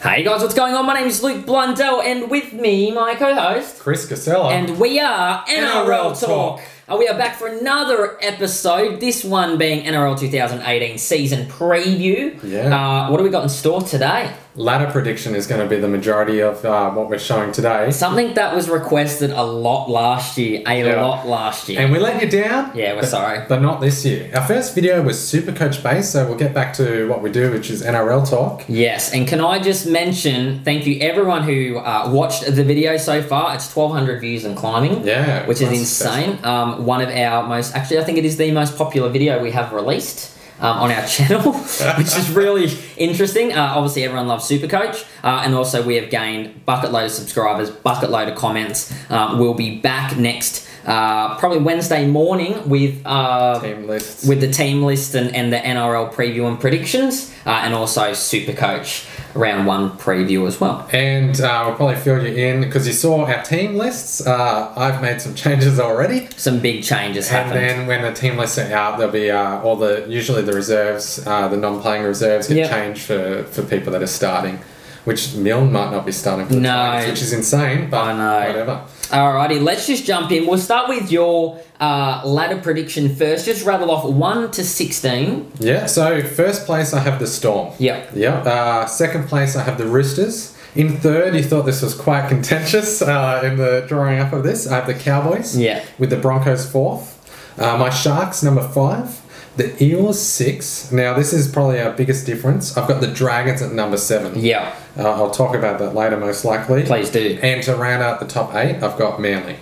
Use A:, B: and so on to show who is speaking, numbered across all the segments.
A: Hey guys, what's going on? My name is Luke Blundell, and with me, my co host,
B: Chris Casella.
A: and we are NRL, Talk.
B: NRL Talk.
A: Uh, we are back for another episode, this one being NRL 2018 season preview.
B: Yeah.
A: Uh, what do we got in store today?
B: ladder prediction is going to be the majority of uh, what we're showing today.
A: Something that was requested a lot last year, a
B: Yeah.
A: lot last year.
B: And we let you down.
A: Yeah, we're
B: but-
A: sorry.
B: But not this year. Our first video was super coach based, so we'll get back to what we do, which is NRL talk.
A: Yes, and can I just mention thank you everyone who uh, watched the video so far. It's 1,200 views and climbing.
B: Yeah.
A: which is
B: that's
A: insane. Um, one of our most, actually, I think it is the most popular video we have released. Um, on our channel, which is really interesting. Uh, obviously, everyone loves Supercoach, uh, and also we have gained bucket load of subscribers, bucket load of comments. Um, we'll be back next, uh, probably Wednesday morning with uh,
B: special. Team lists.
A: with the team list and, and the NRL preview and predictions, uh, and also Supercoach round one preview as well.
B: and uh, we'll probably fill you in because you saw our team lists. Uh, I've made some changes already.
A: Some big changes
B: And
A: happened.
B: then when the team lists are out, there'll be uh, all the usually the reserves, uh, the non-playing reserves get
A: Yep.
B: changed for, for people that are starting, which Milne might not be starting for the
A: No.
B: Tigers, which is insane. But
A: I know.
B: whatever.
A: Alrighty, let's just jump in. We'll start with your uh, ladder prediction first. Just rattle off 1 to 16.
B: Yeah. So first place, I have the Storm.
A: Yep.
B: Yep. Uh, second place, I have the Roosters. In third, you thought this was quite contentious uh, in the drawing up of this. I have the Cowboys.
A: Yeah.
B: With the Broncos fourth. Uh, my Sharks number five. The Eels six. Now this is probably our biggest difference. I've got the Dragons at number seven.
A: Yeah,
B: Uh, I'll talk about that later, most likely.
A: please do. Mm-hmm.
B: And to round out the top eight, I've got Manly.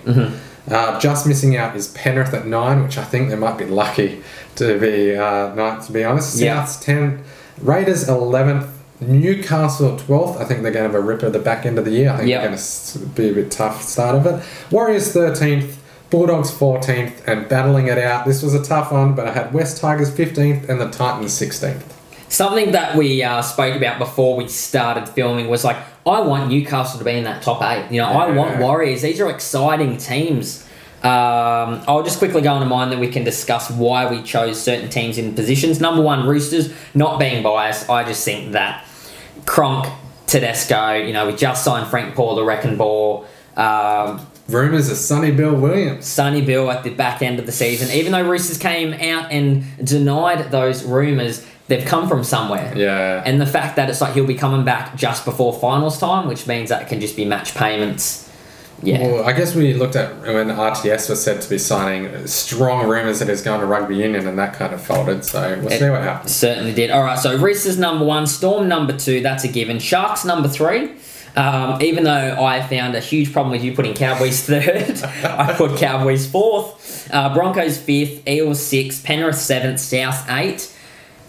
B: Uh, just missing out is Penrith at nine, which I think they might be lucky to be uh, not to be honest.
A: Yeah.
B: Souths ten, Raiders eleventh, Newcastle twelfth. I think they're going to have a ripper at the back end of the year. I think
A: Yeah.
B: they're going to be a bit tough start of it. Warriors thirteenth. Bulldogs 14th and battling it out. This was a tough one, but I had West Tigers 15th and the Titans 16th.
A: Something that we uh, spoke about before we started filming was like, I want Newcastle to be in that top eight. You know, I
B: Yeah.
A: want Warriors. These are exciting teams. Um, I'll just quickly go into mine, then we can discuss why we chose certain teams in positions. Number one, Roosters. Not being biased, I just think that Kronk, Tedesco. You know, we just signed Frank Paul, the Wrecking Ball. Um,
B: Rumours of Sonny Bill Williams.
A: Sonny Bill at the back end of the season. Even though Roosters came out and denied those rumours, they've come from somewhere.
B: Yeah.
A: And the fact that it's like he'll be coming back just before finals time, which means that it can just be match payments. Yeah.
B: Well, I guess we looked at when RTS was said to be signing strong rumours that he's going to rugby union and that kind of folded. So we'll see what happens.
A: Certainly did. All right, so Reese's number one, Storm number two, that's a given. Sharks number three. Um, even though I found a huge problem with you putting Cowboys third, I put Cowboys fourth, uh, Broncos fifth, Eels sixth, Penrith seventh, South eight.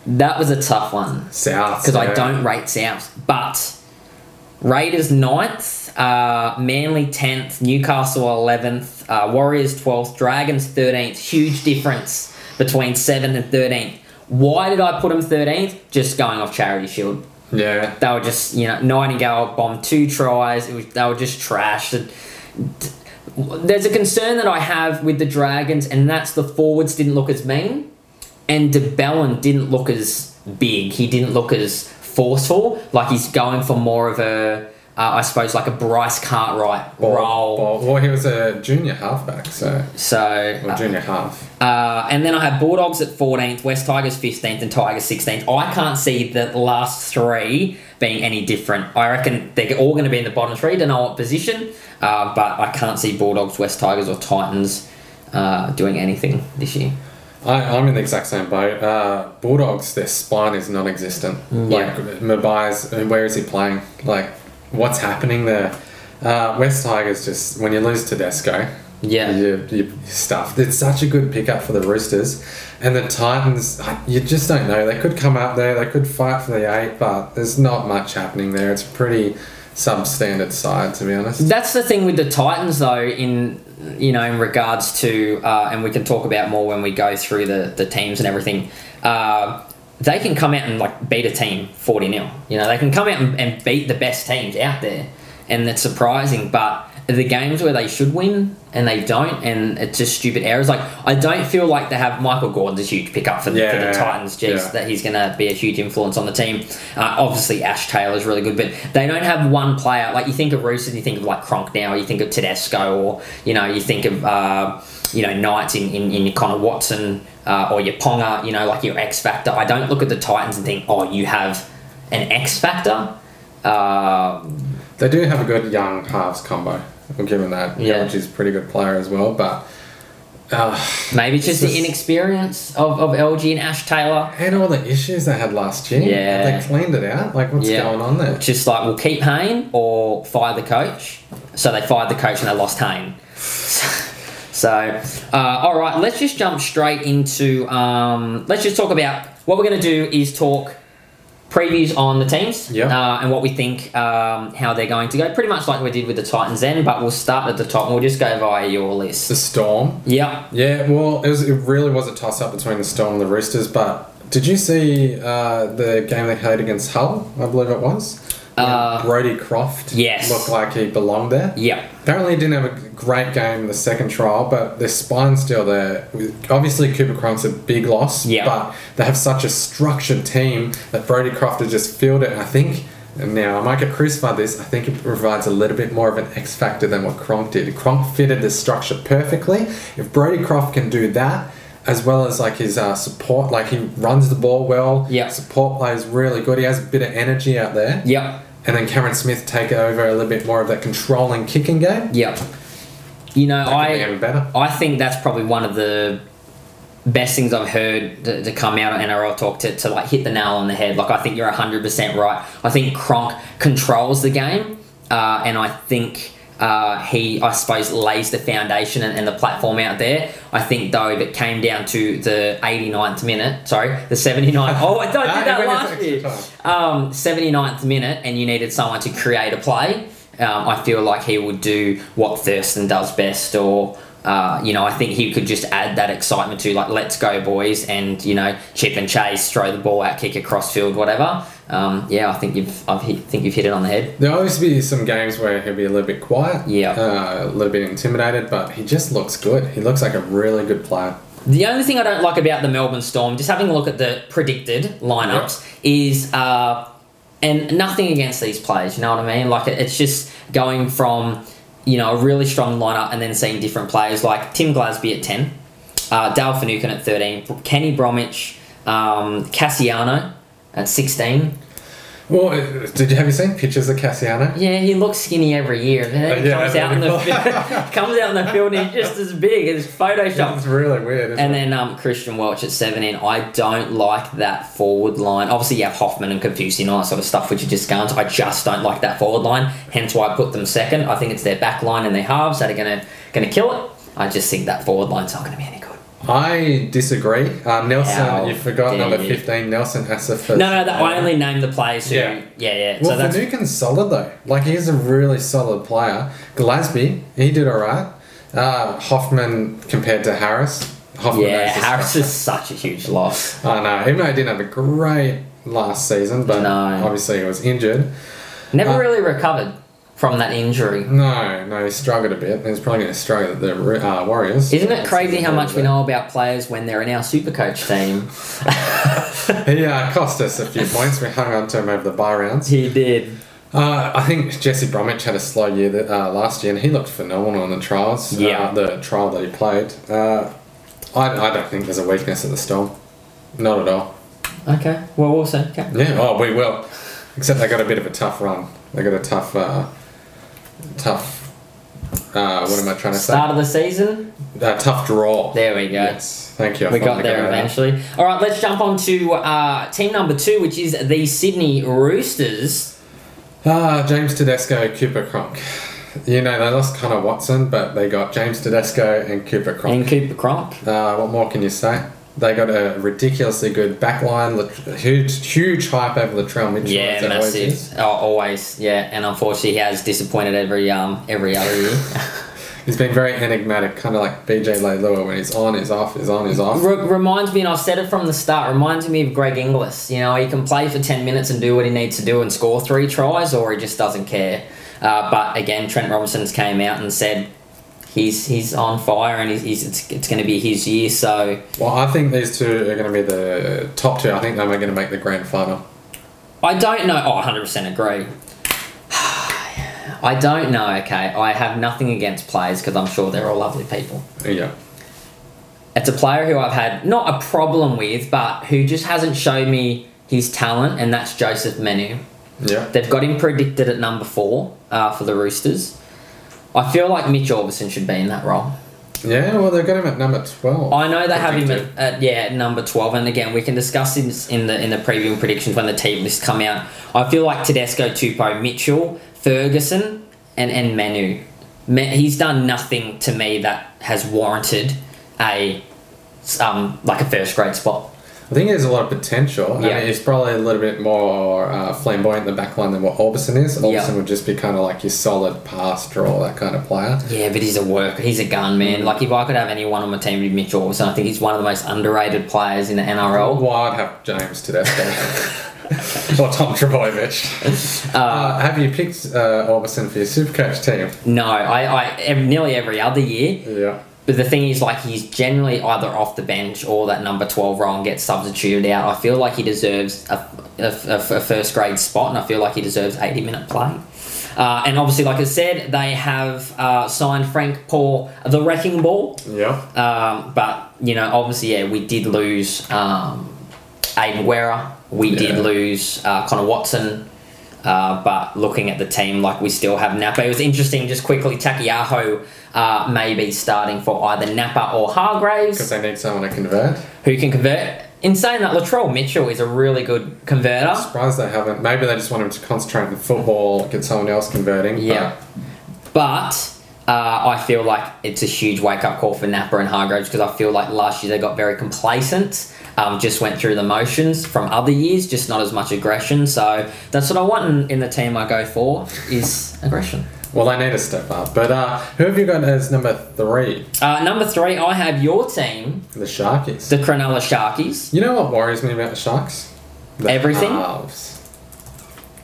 A: That was a tough one.
B: South.
A: because I
B: yeah.
A: don't rate South. But Raiders ninth, uh, Manly tenth, Newcastle eleventh, uh, Warriors twelfth, Dragons thirteenth. Huge difference between seventh and thirteenth. Why did I put them thirteenth? Just going off Charity Shield.
B: Yeah.
A: They were just you know Nightingale bombed two tries. It was, they were just trash. It- There's a concern that I have with the Dragons, and that's the forwards didn't look as mean and DeBellin didn't look as big. He didn't look as forceful. Like he's going for more of a, uh, I suppose, like a Bryce Cartwright
B: Ball-
A: role.
B: ball- Well, he was a junior halfback, so.
A: So,
B: Or junior half.
A: uh, and then I have Bulldogs at 14th, West Tigers 15th, and Tigers 16th. I can't see the last three being any different. I reckon they're all going to be in the bottom three. Don't know what position, uh, but I can't see Bulldogs, West Tigers, or Titans uh, doing anything this year.
B: I, I'm in the exact same boat. Uh, Bulldogs, their spine is non existent.
A: Mm.
B: Like, Mabai's, where is he playing? Like, what's happening there? Uh, West Tigers just, when you lose Tedesco,
A: Yeah.
B: your, your stuff. It's such a good pickup for the Roosters, and the Titans. I- You just don't know. They could come up there. They could fight for the eight, but there's not much happening there. It's a pretty substandard side, to be honest.
A: That's the thing with the Titans, though. In you know, in regards to, uh, and we can talk about more when we go through the the teams and everything. Uh, they can come out and like beat a team forty 0 You know, they can come out and, and beat the best teams out there, and that's surprising. But the games where they should win and they don't, and it's just stupid errors. Like I don't feel like they have Michael Gordon's a huge pickup for the, for the
B: Yeah,
A: Titans. Jeez,
B: yeah.
A: that he's going to be a huge influence on the team. Uh, obviously, Ash Taylor's really good, but they don't have one player. Like you think of Roos and you think of like Kronk now, you think of Tedesco, or you know you think of uh, you know Knights in in, in your Connor Watson uh, or your Ponga. You know like your X Factor. I don't look at the Titans and think, oh, you have an X Factor. Uh,
B: They do have a good young halves combo. I'm giving that.
A: Yeah.
B: Yeah. Which is a pretty good player as well, but. Uh,
A: Maybe it's just
B: It's
A: the
B: just-
A: inexperience of, of LG and Ash Taylor.
B: and all the issues they had last year.
A: Yeah.
B: They cleaned it out. Like, what's
A: Yeah.
B: going on there?
A: Just like, we'll keep Hayne or fire the coach. So they fired the coach and they lost Hayne. So, uh, all right, let's just jump straight into. Um, let's just talk about what we're going to do is talk previews on the teams
B: Yeah.
A: uh, and what we think, um, how they're going to go. Pretty much like we did with the Titans then, but we'll start at the top and we'll just go via your
B: The
A: list.
B: Storm.
A: Yep.
B: Yeah, well, it, was, it really was a toss up between the Storm and the Roosters, but did you see uh, the game they played against Hull? I believe it was.
A: Uh,
B: Brody Croft
A: yes.
B: looked like he belonged there.
A: Yep.
B: Apparently, he didn't have a great game in the second trial, but their spine's still there. Obviously, Cooper Cronk's a big loss,
A: Yeah.
B: but they have such a structured team that Brody Croft has just filled it. And I think, and now I might get crucified this, I think it provides a little bit more of an X factor than what Cronk did. Cronk fitted the structure perfectly. If Brody Croft can do that, as well as like his uh, support, like he runs the ball well.
A: Yeah.
B: Support plays really good. He has a bit of energy out there.
A: Yep.
B: And then Cameron Smith take over a little bit more of that controlling kicking game.
A: Yep. You know,
B: That could
A: I.
B: be even better.
A: I think that's probably one of the best things I've heard to, to come out of NRL talk to, to like hit the nail on the head. Like I think you're hundred percent right. I think Kronk controls the game, uh, and I think. Uh, he, I suppose, lays the foundation and, and the platform out there. I think, though, if it came down to the 89th minute, sorry, the 79th. Oh, I did
B: Ah, you
A: that
B: went into
A: last
B: extra
A: year
B: time.
A: um, 79th minute and you needed someone to create a play, um, I feel like he would do what Thurston does best or. Uh, you know, I think he could just add that excitement to like, let's go, boys, and you know, chip and chase, throw the ball out, kick across field, whatever. Um, yeah, I think you've, I think you've hit it on the head.
B: There'll always be some games where he'll be a little bit quiet,
A: Yeah.
B: uh, a little bit intimidated, but he just looks good. He looks like a really good player.
A: The only thing I don't like about the Melbourne Storm, just having a look at the predicted lineups, is uh, and nothing against these players. You know what I mean? Like it- it's just going from you know a really strong lineup and then seeing different players like Tim Glasby at ten, uh, Dale Finucane at thirteen, Kenny Bromwich, um, Cassiano at sixteen.
B: Well, uh, did you have you seen pictures of Cassiano?
A: Yeah, he looks skinny every year. And then he
B: Yeah,
A: comes out in the fi- comes out in the field and he's just as big. It's photoshopped.
B: It's really weird. Isn't
A: And
B: it?
A: then um, Christian Welch at 17. I don't like that forward line. Obviously, you have Hoffman and Confucius and all that sort of stuff, which are just guns. I just don't like that forward line. Hence why I put them second. I think it's their back line and their halves that are going to going to kill it. I just think that forward line's not going to be any good.
B: I disagree. Uh, Nelson,
A: How
B: you forgot
A: dare
B: number
A: you.
B: fifteen. Nelson Asafas.
A: No, no, that, I only named the players who.
B: Yeah.
A: Yeah, yeah. so
B: Well,
A: that's.
B: Finucane's solid though. Like he's a really solid player. Glasby, he did all right. Uh, Hoffman compared to Harris. Hoffman
A: yeah,
B: knows the
A: Harris
B: structure.
A: is such a Uh, huge loss.
B: I know. Even though he didn't have a great last season, but
A: No.
B: obviously he was injured.
A: Never
B: Uh,
A: really recovered from that injury.
B: No, no, he struggled a bit. He's probably going to struggle at the uh, Warriors.
A: Isn't it crazy how much we know about players when they're in our super coach team?
B: He uh, cost us a few points. We hung on to him over the bar rounds.
A: he did.
B: Uh, I think Jesse Bromwich had a slow year that, uh, last year, and he looked phenomenal in the trials. uh,
A: Yeah.
B: the trial that he played. Uh, I, I don't think there's a weakness at the Storm. Not at all.
A: Okay. Well, we'll see. Okay.
B: Yeah. Oh, we will. Except they got a bit of a tough run. They got a tough, uh, tough. Uh, what am I trying to
A: Start of the season.
B: say? Uh, tough draw.
A: There we go.
B: Yes. Thank you. I
A: We got
B: finally
A: there
B: it out.
A: eventually. All right, let's jump on to uh, team number two, which is the Sydney Roosters.
B: Ah, James Tedesco, Cooper Cronk. You know they lost Connor Watson, but they got James Tedesco and Cooper Cronk.
A: And Cooper Cronk.
B: Uh, what more can you say? They got a ridiculously good backline, Lat- huge, huge hype over Latrell Mitchell.
A: Yeah,
B: as it always
A: massive.
B: is.
A: Oh, always. Yeah, and unfortunately, he has disappointed every um every other year.
B: He's been very enigmatic, kind of like BJ Leilua when he's on, he's off, he's on, he's off.
A: Re- reminds me, and I've said it from the start, reminds me of Greg Inglis. You know, he can play for 10 minutes and do what he needs to do and score three tries, or he just doesn't care. Uh, but again, Trent Robinson's came out and said he's he's on fire and he's, he's it's, it's going to be his year. So
B: Well, I think these two are going to be the top two. I think they're going to make the grand final.
A: I don't know. Oh, 100% agree. I don't know, okay. I have nothing against players because I'm sure they're all lovely people.
B: Yeah.
A: it's a player who I've had not a problem with, but who just hasn't shown me his talent, and that's Joseph Menu.
B: Yeah.
A: They've got him predicted at number four uh, for the Roosters. I feel like Mitch Orbison should be in that role.
B: Yeah, well, they've got him at number 12.
A: I know they have him
B: Predicted.
A: at, at yeah at number twelve, and again we can discuss this in the in the preview and predictions when the team lists come out. I feel like Tedesco, Tupou, Mitchell, Ferguson, and and Manu. Me- He's done nothing to me that has warranted a um like a first grade spot.
B: I think he has a lot of potential.
A: Yeah.
B: I mean, he's probably a little bit more uh, flamboyant in the back line than what Orbison is. Orbison
A: Yeah.
B: would just be kind of like your solid pass draw, that kind of player.
A: Yeah, but he's a worker. He's a gun man. Like if I could have anyone on my team, it'd be Mitch Orbison. I think he's one of the most underrated players in the NRL.
B: Well, I'd have James Tedesco or Tom Trebojevic. Uh, have you picked uh, Orbison for your Supercoach team?
A: No, I, I ev- nearly every other year.
B: Yeah.
A: But the thing is, like he's generally either off the bench or that number twelve role and gets substituted out. I feel like he deserves a, a, a- a first grade spot, and I feel like he deserves eighty minute play. Uh, and obviously, like I said, they have uh, signed Frank Paul, the Wrecking Ball.
B: Yeah.
A: Um, but you know, obviously, yeah, we did lose um, Aiden Wera. We did
B: Yeah.
A: lose uh, Connor Watson. Uh, but looking at the team, like we still have Napa. It was interesting, just quickly, Takiyaho uh, may be starting for either Napa or
B: Because
A: Hargraves,
B: they need someone to convert.
A: who can convert. In saying that, Latrell Mitchell is a really good converter.
B: Surprised they haven't. Maybe they just want him to concentrate on football, get someone else converting.
A: Yeah. But uh, I feel like it's a huge wake up call for Napa and Hargraves because I feel like last year they got very complacent, um, just went through the motions from other years, just not as much aggression. So that's what I want in, in the team I go for is aggression.
B: But, well, they need to step up. But uh, who have you got as number three?
A: Uh, number three, I have your team,
B: The Sharkies.
A: the Cronulla Sharkies.
B: You know what worries me about the Sharks? The
A: Everything?
B: Halves.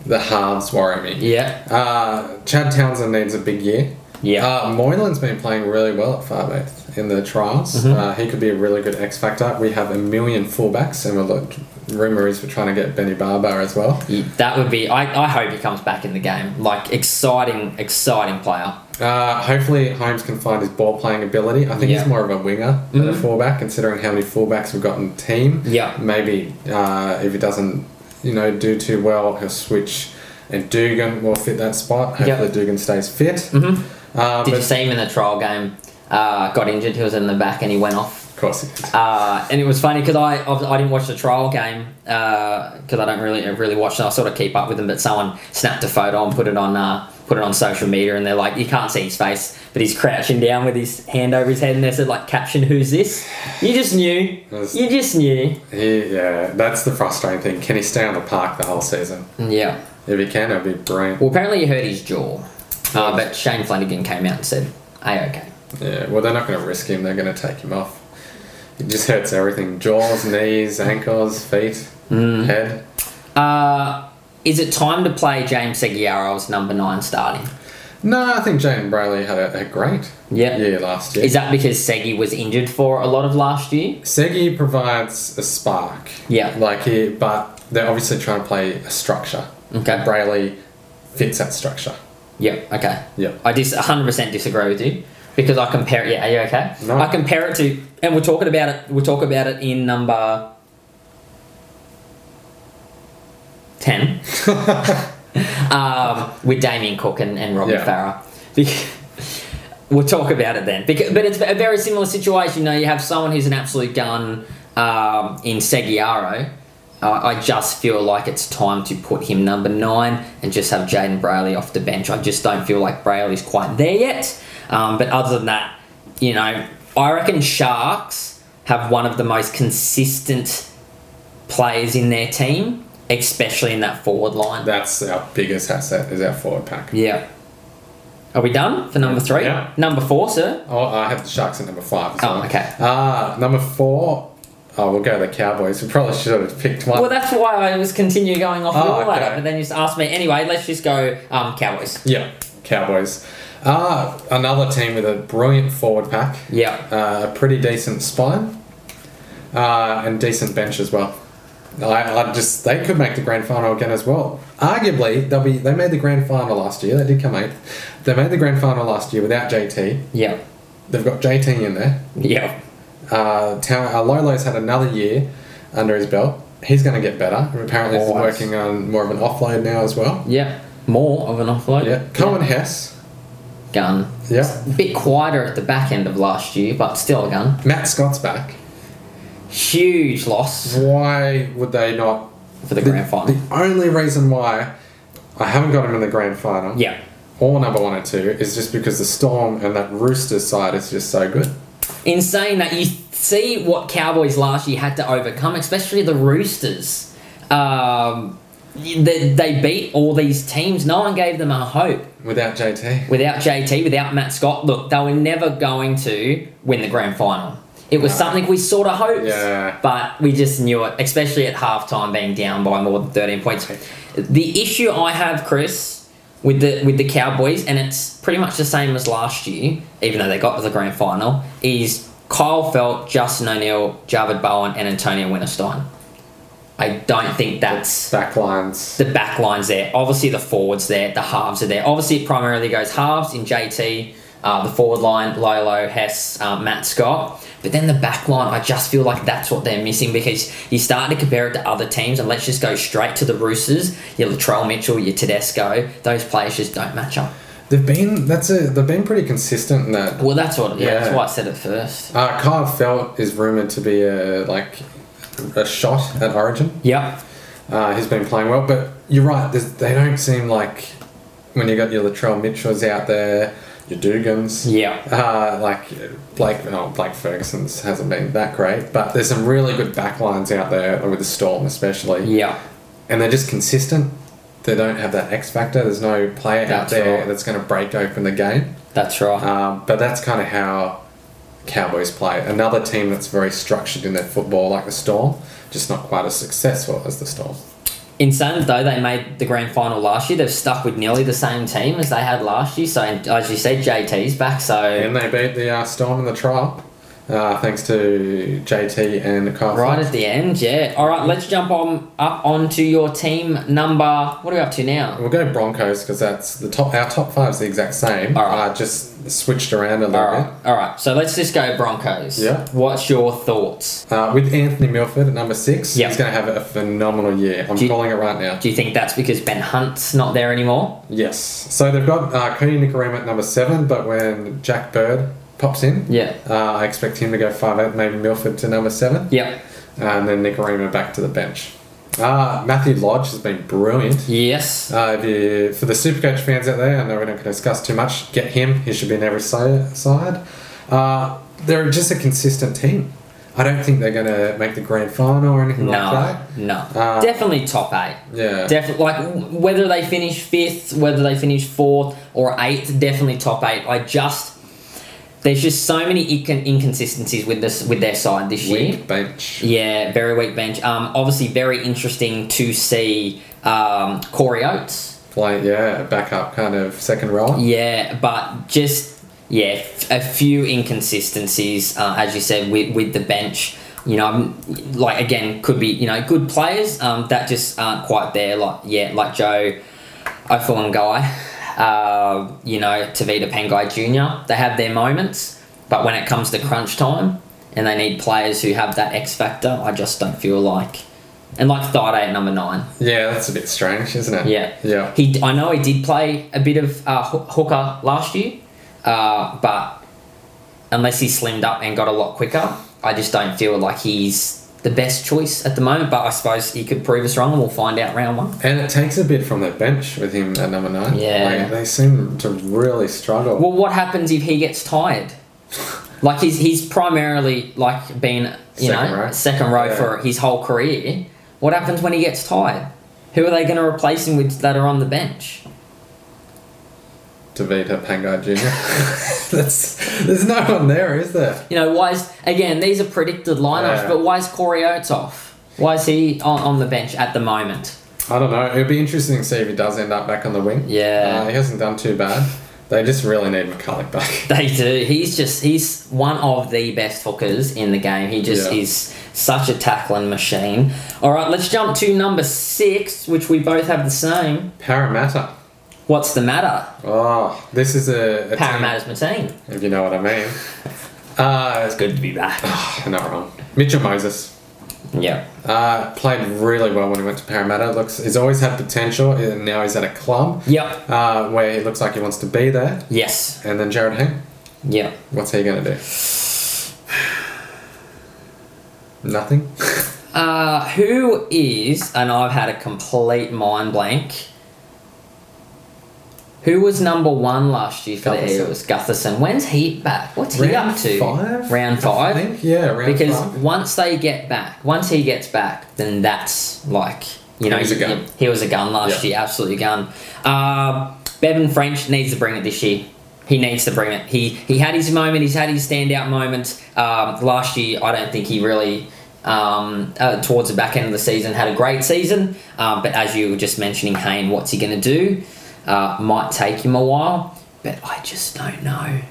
B: The halves worry me.
A: Yeah.
B: Uh, Chad Townsend needs a big year.
A: Yeah.
B: Uh, Moylan's been playing really well at Far Fairbairn in the trials.
A: Mm-hmm.
B: Uh, he could be a really good X factor. We have a million fullbacks, and we're look, rumor is we're trying to get Benny Barber as well.
A: Y- That would be. I, I hope he comes back in the game. Like exciting, exciting player.
B: Uh, hopefully, Holmes can find his ball playing ability. I think
A: Yeah. Mm-hmm.
B: he's more of a winger than a fullback, considering how many fullbacks we've got in the team.
A: Yeah.
B: Maybe uh, if he doesn't, you know, do too well, he'll switch, and Dugan will fit that spot.
A: Yeah.
B: Hopefully, Dugan stays fit. Mm-hmm. Uh,
A: Did
B: but
A: you see him in the trial game? Uh, got injured. He was in the back and he went off.
B: of course, he did.
A: Uh, and it was funny because I I didn't watch the trial game because I don't really really watch them. I sort of keep up with them, but someone snapped a photo and put it on uh, put it on social media, and they're like, you can't see his face, but he's crouching down with his hand over his head, and they said like, caption, who's this? You just knew,
B: That's-
A: you just knew.
B: He, yeah, that's the frustrating thing. Can he stay on the park the whole season?
A: Yeah.
B: If he can, it'd be brilliant.
A: Well, apparently he hurt his jaw, uh, but Shane Flanagan came out and said, "Hey, okay."
B: Yeah, well, they're not going to risk him. They're going to take him off. It just hurts everything: jaws, knees, ankles, feet,
A: Mm.
B: head.
A: Uh, is it time to play James Seguiaro as number nine starting?
B: No, I think Jaden Brayley had a, a great
A: Yeah.
B: year last year.
A: Is that because Segi was injured for a lot of last year?
B: Segi provides a spark.
A: Yeah.
B: Like he, but they're obviously trying to play a structure.
A: Okay.
B: Brayley fits that structure.
A: Yeah. Okay.
B: Yeah.
A: I dis 100% disagree with you because I compare it. Yeah. Are you okay?
B: No.
A: I compare it to, and we're talking about it. We'll talk about it in number ten um, with Damien Cook and, and Robbie
B: Yeah.
A: Farah. Bec- We'll talk about it then, Bec- but it's a very similar situation. You know, you have someone who's an absolute gun um, in Seguiaro. I I just feel like it's time to put him number nine and just have Jaden Brayley off the bench. I just don't feel like Brayley's quite there yet. Um, but other than that, you know, I reckon Sharks have one of the most consistent players in their team, especially in that forward line.
B: That's our biggest asset is our forward pack.
A: Yeah. Are we done for number three?
B: Yeah.
A: Number four, sir.
B: Oh, I have the Sharks at number five. As
A: Oh,
B: well.
A: okay.
B: Ah, number four. Oh, we'll go the Cowboys. We probably should have picked one.
A: Well, that's why I was continuing going off
B: Oh,
A: your ladder,
B: okay.
A: but then you just asked me anyway. Let's just go um, Cowboys.
B: yeah, Cowboys. Ah, another team with a brilliant forward pack.
A: Yeah.
B: Uh, a pretty decent spine. Uh, and decent bench as well. I, I just they could make the grand final again as well. Arguably, they'll be they made the grand final last year. They did come eighth. They made the grand final last year without JT.
A: Yeah.
B: They've got JT in there.
A: Yeah.
B: Uh, Town, uh, Lolo's had another year under his belt. He's going to get better. Apparently, he's
A: Always.
B: working on more of an offload now as well.
A: Yeah. More of an offload.
B: Yeah, Cohen Hess.
A: Gun.
B: Yeah,
A: A bit quieter at the back end of last year, but still a gun.
B: Matt Scott's back.
A: Huge loss
B: Why would they not?
A: for the grand final.
B: The only reason why I haven't got him in the grand final,
A: yeah.
B: or number one and two, is just because the Storm and that Roosters side is just so good.
A: In saying that, you see what Cowboys last year had to overcome, especially the Roosters. Um, they, they beat all these teams. No one gave them a hope.
B: Without JT,
A: Without JT, without Matt Scott, look, they were never going to win the grand final. It was
B: No.
A: something we sort of hoped,
B: Yeah.
A: but we just knew it, especially at halftime being down by more than 13 points. The issue I have, Chris, with the with the Cowboys, and it's pretty much the same as last year, even though they got to the grand final, is Kyle Felt, Justin O'Neill, Javid Bowen, and Antonio Winterstein. I don't think that's
B: backlines.
A: the back line's there. Obviously, the forwards there, the halves are there. Obviously, it primarily goes halves in JT, uh, the forward line, Lolo, Hess, uh, Matt Scott. But then the back line, I just feel like that's what they're missing because you start to compare it to other teams, and let's just go straight to the Roosters. Your Latrell Mitchell, your Tedesco, those players just don't match up.
B: They've been that's a they've been pretty consistent in that
A: Well, that's what. Yeah, that's
B: Yeah.
A: why I said it first.
B: Uh, Kyle Felt is rumored to be a like a shot at Origin.
A: Yep.
B: Uh, he's been playing well, but you're right. there's- They don't seem like when you got your Latrell Mitchells out there, your Dugans.
A: Yeah.
B: Uh, like Blake, no, Blake Ferguson's hasn't been that great, but there's some really good backlines out there with the Storm, especially,
A: Yeah.
B: and they're just consistent. They don't have that X factor. There's no player
A: That's
B: out there
A: right.
B: that's going to break open the game.
A: That's right.
B: Um, but that's kind of how Cowboys play. Another team that's very structured in their football, like the Storm, just not quite as successful as the Storm.
A: In saying that, though, they made the grand final last year. They've stuck with nearly the same team as they had last year. So, and as you said, JT's back. So,
B: And they beat the uh, Storm in the trial, uh, thanks to JT and Kyle.
A: right
B: Flynn.
A: at the end, yeah. All right, let's jump on up onto your team number. What are we up to now?
B: We'll go Broncos because that's the top. Our top five's the exact same.
A: All right.
B: Uh, just switched around a little
A: All right, all right. So let's just go Broncos.
B: Yeah.
A: What's your thoughts?
B: bit. Uh, with Anthony Milford at number six,
A: Yeah.
B: he's going to have a phenomenal year. I'm
A: Do you-
B: calling it right now.
A: Do you think that's because Ben Hunt's not there anymore?
B: yes. So they've got uh, Cody Nicarima at number seven, but when Jack Bird pops in,
A: Yeah.
B: Uh, I expect him to go five eight, maybe Milford to number seven,
A: Yep.
B: and then Nicarima back to the bench. Uh, Matthew Lodge has been brilliant.
A: Yes.
B: Uh, if you, for the Supercoach fans out there, I know we're not going to discuss too much. Get him; he should be in every si- side. Uh, they're just a consistent team. I don't think they're going to make the grand final or anything like
A: No.
B: that.
A: No.
B: Uh,
A: Definitely top eight.
B: Yeah,
A: Definitely, like w- whether they finish fifth, whether they finish fourth or eighth, definitely top eight. I just there's just so many incon- inconsistencies with this with their side this year.
B: weak bench.
A: Yeah, very weak bench. Um, obviously very interesting to see um, Corey Oates.
B: Like yeah, backup kind of second roller.
A: Yeah, but just yeah, f- a few inconsistencies uh, as you said with with the bench. You know, um, like again, could be you know good players um, that just aren't quite there. Like yeah, like Joe Ofulan Guy, uh, you know, Tavita Pengai Jr., they have their moments, but when it comes to crunch time and they need players who have that X factor, I just don't feel like. And like Thaiday at number nine.
B: Yeah, that's a bit strange, isn't it?
A: Yeah.
B: yeah.
A: He, I know he did play a bit of uh, hoo- hooker last year, uh, but unless he slimmed up and got a lot quicker, I just don't feel like he's the best choice at the moment. But I suppose he could prove us wrong, and we'll find out round one.
B: And it takes a bit from their bench with him at number nine.
A: Yeah.
B: Like, they seem to really struggle.
A: Well, what happens if he gets tired? Like he's he's primarily like been you
B: Second
A: know
B: row.
A: second row
B: Yeah.
A: for his whole career. What happens when he gets tired? Who are they going to replace him with that are on the bench?
B: Davita Pangai Jr. That's, there's no one there, is there?
A: You know, why is again these are predicted lineups,
B: Yeah.
A: but why is Corey Oates off? Why is he on, on the bench at the moment?
B: I don't know. It'd be interesting to see if he does end up back on the wing.
A: Yeah.
B: Uh, he hasn't done too bad. They just really need McCulloch back.
A: They do. He's just he's one of the best hookers in the game. He just
B: Yeah.
A: is such a tackling machine. All right, let's jump to number six, which we both have the same.
B: Parramatta.
A: What's the matter?
B: Oh, this is a, a
A: Parramatta's my team.
B: team, if you know what I mean. Uh,
A: Good to be back.
B: not wrong. Mitchell Moses.
A: yeah.
B: Uh, played really well when he went to Parramatta. Looks, he's always had potential, and now he's at a club
A: Yep.
B: uh, where he looks like he wants to be there.
A: Yes.
B: And then Jared Hayne,
A: Yep.
B: what's he gonna do? Nothing.
A: Uh, who is, and I've had a complete mind blank. Who was number one last year for
B: Gutherson.
A: the Eagles? Gutherson. When's he back? What's he
B: Round
A: up to?
B: five,
A: Round
B: I
A: five.
B: think yeah, round
A: because
B: five.
A: once they get back, once he gets back, then that's like you know
B: He was a gun.
A: He, he was a gun last
B: Yeah.
A: year, absolutely a gun. Um, Bevan French needs to bring it this year. He needs to bring it. He he had his moment. He's had his standout moment um, last year. I don't think he really. Um, uh, towards the back end of the season, had a great season, um, but as you were just mentioning, Hayne, what's he going to do? Uh, might take him a while, but I just don't know.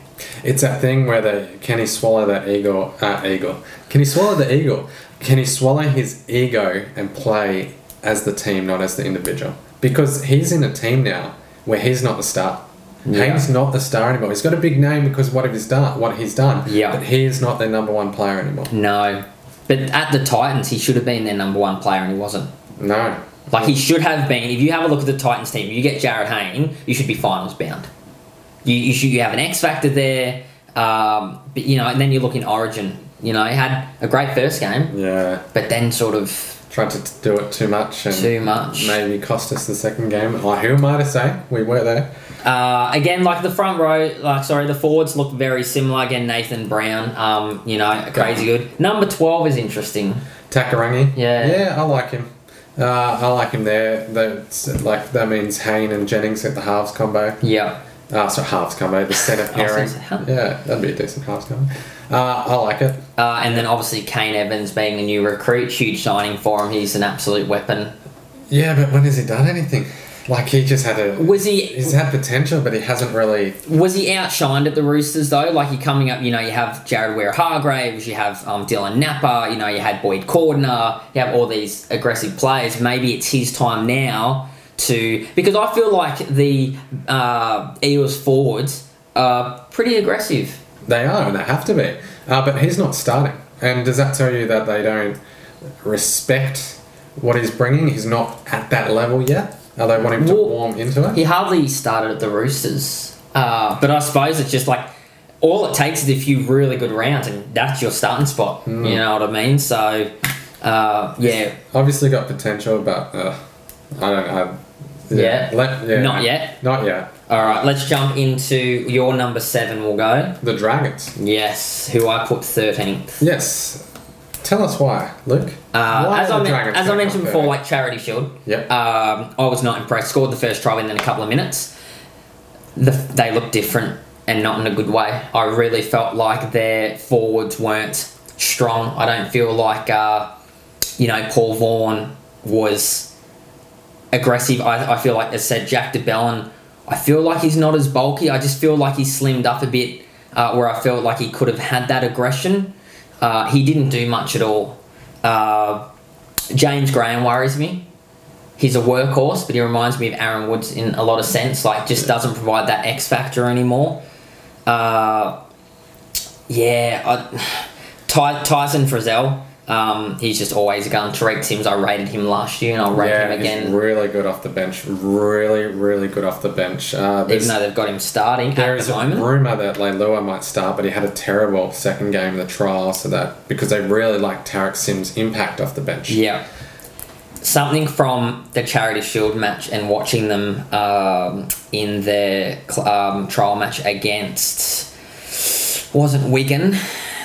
B: It's that thing where they can he swallow that ego? Uh, ego. Can he swallow the ego? Can he swallow his ego and play as the team, not as the individual? Because he's in a team now where he's not the star.
A: Yeah.
B: Haynes not the star anymore. He's got a big name because what he's done, what he's done.
A: Yeah.
B: But he is not their number one player anymore.
A: No. But at the Titans, he should have been their number one player and he wasn't.
B: No.
A: Like, he should have been. If you have a look at the Titans team, you get Jared Hayne, you should be finals bound. You, you, should, you have an X factor there. Um, but, you know, and then you look in Origin. You know, he had a great first game,
B: Yeah.
A: but then sort of
B: Tried to t- do it too much and
A: too much.
B: maybe cost us the second game. Oh, who am I to say? We were there.
A: Uh, again, like the front row, like sorry, the forwards look very similar. Again, Nathan Brown, um, you know, crazy good. Number twelve is interesting.
B: Takarangi.
A: Yeah.
B: Yeah, I like him. Uh, I like him there. That's like that means Hayne and Jennings at the halves combo.
A: Yeah,
B: Uh, so halves combo, the centre pairing.
A: say half.
B: Yeah, that'd be a decent halves combo. Uh, I like it.
A: Uh, and then obviously Kane Evans being a new recruit, huge signing for him. He's an absolute weapon.
B: Yeah, but when has he done anything? Like he just had a.
A: Was he
B: He's had potential, but he hasn't really.
A: was he outshined at the Roosters though? Like you're coming up, you know, you have Jared Ware Hargraves, you have um, Dylan Napper, you know, you had Boyd Cordner, you have all these aggressive players. Maybe it's his time now to because I feel like the uh, Eels forwards are pretty aggressive.
B: They are, and they have to be. Uh, but he's not starting. And does that tell you that they don't respect what he's bringing? He's not at that level yet. Uh, they want him to
A: Well,
B: warm into it.
A: He hardly started at the Roosters, uh, but I suppose it's just like all it takes is a few really good rounds, and that's your starting spot.
B: Hmm.
A: You know what I mean? So, uh, yeah,
B: Obviously got potential, but uh, I don't know.
A: Yeah.
B: Let, yeah.
A: Not yet.
B: Not yet.
A: all right. Let's jump into your number seven. We'll go.
B: The Dragons.
A: Yes, who I put thirteenth.
B: Yes. Tell us why, Luke.
A: Uh,
B: Why
A: as
B: are
A: I,
B: the
A: men-
B: Dragons
A: as I
B: back
A: mentioned
B: up
A: before,
B: there?
A: like Charity Shield,
B: Yep.
A: um, I was not impressed. Scored the first try within a couple of minutes. The, they looked different and not in a good way. I really felt like their forwards weren't strong. I don't feel like, uh, you know, Paul Vaughan was aggressive. I, I feel like, as said, Jack DeBellin, I feel like he's not as bulky. I just feel like he slimmed up a bit uh, where I felt like he could have had that aggression. Uh, he didn't do much at all. Uh, James Graham worries me he's a workhorse, but he reminds me of Aaron Woods in a lot of sense. Like, just doesn't provide that X factor anymore. Uh, yeah, I, Ty, Tyson Frizzell, um, he's just always a gun. Tariq Sims, I rated him last year, and I'll rate
B: yeah,
A: him again,
B: he's really good off the bench. Really, really good off the bench. Uh, there's-
A: even though they've got him starting
B: there
A: at
B: is
A: the
B: a
A: moment.
B: rumor that Leilua might start, but he had a terrible second game in the trial, so that because they really like Tarek Sims' impact off the bench.
A: Yeah. Something from the Charity Shield match and watching them um, in their cl- um, trial match against wasn't Wigan.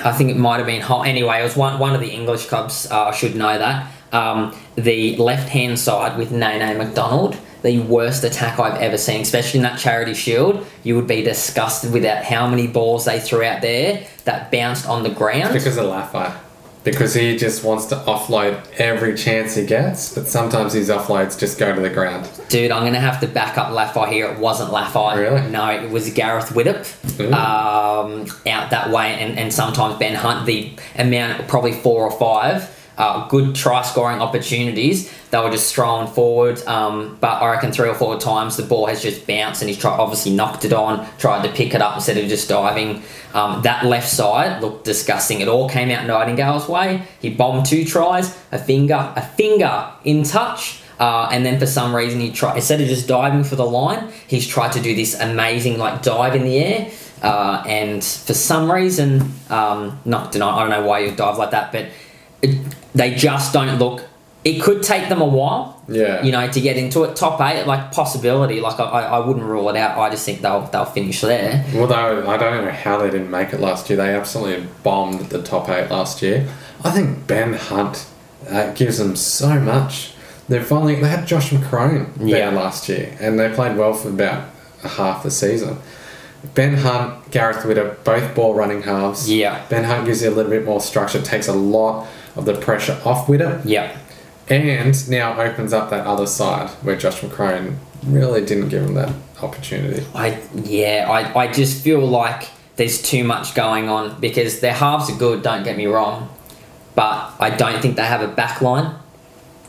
A: I think it might have been hot. Anyway, it was one one of the English clubs. Uh, I should know that. Um, the left hand side with Nene McDonald the worst attack I've ever seen, especially in that charity shield. You would be disgusted with that, how many balls they threw out there that bounced on the ground.
B: Because of Lafayette. Because he just wants to offload every chance he gets, but sometimes his offloads just go to the ground.
A: Dude, I'm gonna have to back up Lafai here. It wasn't Lafai.
B: Really?
A: No, it was Gareth Widdop
B: Ooh.
A: um, out that way, and, and sometimes Ben Hunt. The amount, probably four or five, uh, good try scoring opportunities. They were just thrown forward, um, but I reckon three or four times the ball has just bounced, and he's tried, obviously knocked it on, tried to pick it up instead of just diving. Um, that left side looked disgusting. It all came out Nightingale's way. He bombed two tries, a finger, a finger in touch. Uh, and then for some reason he tried instead of just diving for the line, he's tried to do this amazing like dive in the air. Uh, and for some reason, um, not deny. I don't know why you dive like that, but it, they just don't look. It could take them a while,
B: Yeah.
A: you know, to get into it. Top eight, like possibility, like I, I I wouldn't rule it out. I just think they'll they'll finish there.
B: Although I don't know how they didn't make it last year, they absolutely bombed the top eight last year. I think Ben Hunt uh, gives them so much. They have finally they had Josh McCrone
A: Yeah.
B: there last year, and they played well for about half the season. Ben Hunt, Gareth Widdop, both ball running halves.
A: Yeah.
B: Ben Hunt gives you a little bit more structure, takes a lot of the pressure off Widdop,
A: Yeah,
B: and now opens up that other side where Josh McCrone really didn't give him that opportunity.
A: I yeah, I, I just feel like there's too much going on because their halves are good, don't get me wrong, but I don't think they have a back line.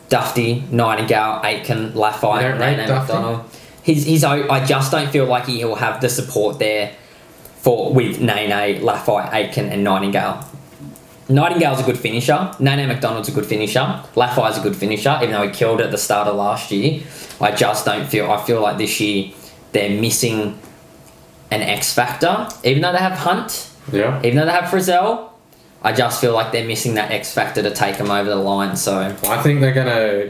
A: Dufty, Nightingale, Aitken,
B: You
A: Lafayette,
B: don't rate
A: Nene
B: Dufty?
A: McDonald. He's, he's, o- I just don't feel like he'll have the support there for with Nene, Lafayette, Aitken, and Nightingale. Nightingale's a good finisher. Nene McDonald's a good finisher. Lafay's a good finisher, even though he killed at the start of last year. I just don't feel. I feel like this year they're missing an X factor. Even though they have Hunt,
B: Yeah.
A: even though they have Frizzell, I just feel like they're missing that X factor to take them over the line. So
B: I think they're going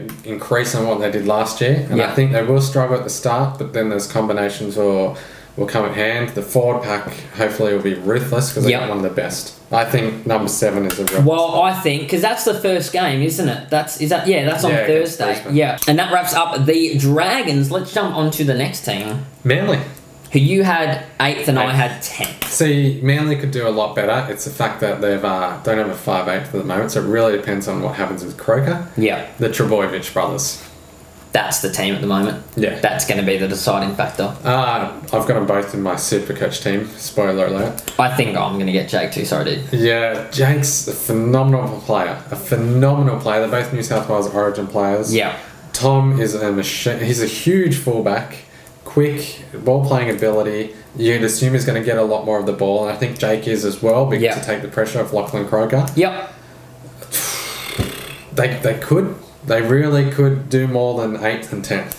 B: to increase on what they did last year, and
A: Yeah.
B: I think they will struggle at the start, but then those combinations will will come at hand. The forward pack hopefully will be ruthless because they
A: Yeah.
B: got one of the best. I think number seven is a real.
A: Well, I think because that's the first game, isn't it? That's is that yeah, that's on
B: Yeah, against
A: Thursday.
B: Brisbane.
A: Yeah, and that wraps up the Dragons. Let's jump on to the next team,
B: Manly.
A: who you had eighth and I
B: Eighth.
A: had tenth.
B: See, Manly could do a lot better. It's the fact that they've uh, don't have a five eight for the moment, so it really depends on what happens with Croker,
A: Yeah,
B: the Trebojevic brothers.
A: that's the team at the moment.
B: Yeah.
A: that's going to be the deciding factor.
B: Uh, I've got them both in my super coach team. Spoiler alert.
A: I think I'm going to get Jake too. Sorry, dude.
B: Yeah, Jake's a phenomenal player. A phenomenal player. They're both New South Wales Origin players.
A: Yeah,
B: Tom is a machine. He's a huge fullback, quick ball playing ability. You'd assume he's going to get a lot more of the ball, and I think Jake is as well because
A: Yeah.
B: to take the pressure off Lachlan Croker.
A: yep.
B: They they could. They really could do more than eighth and tenth.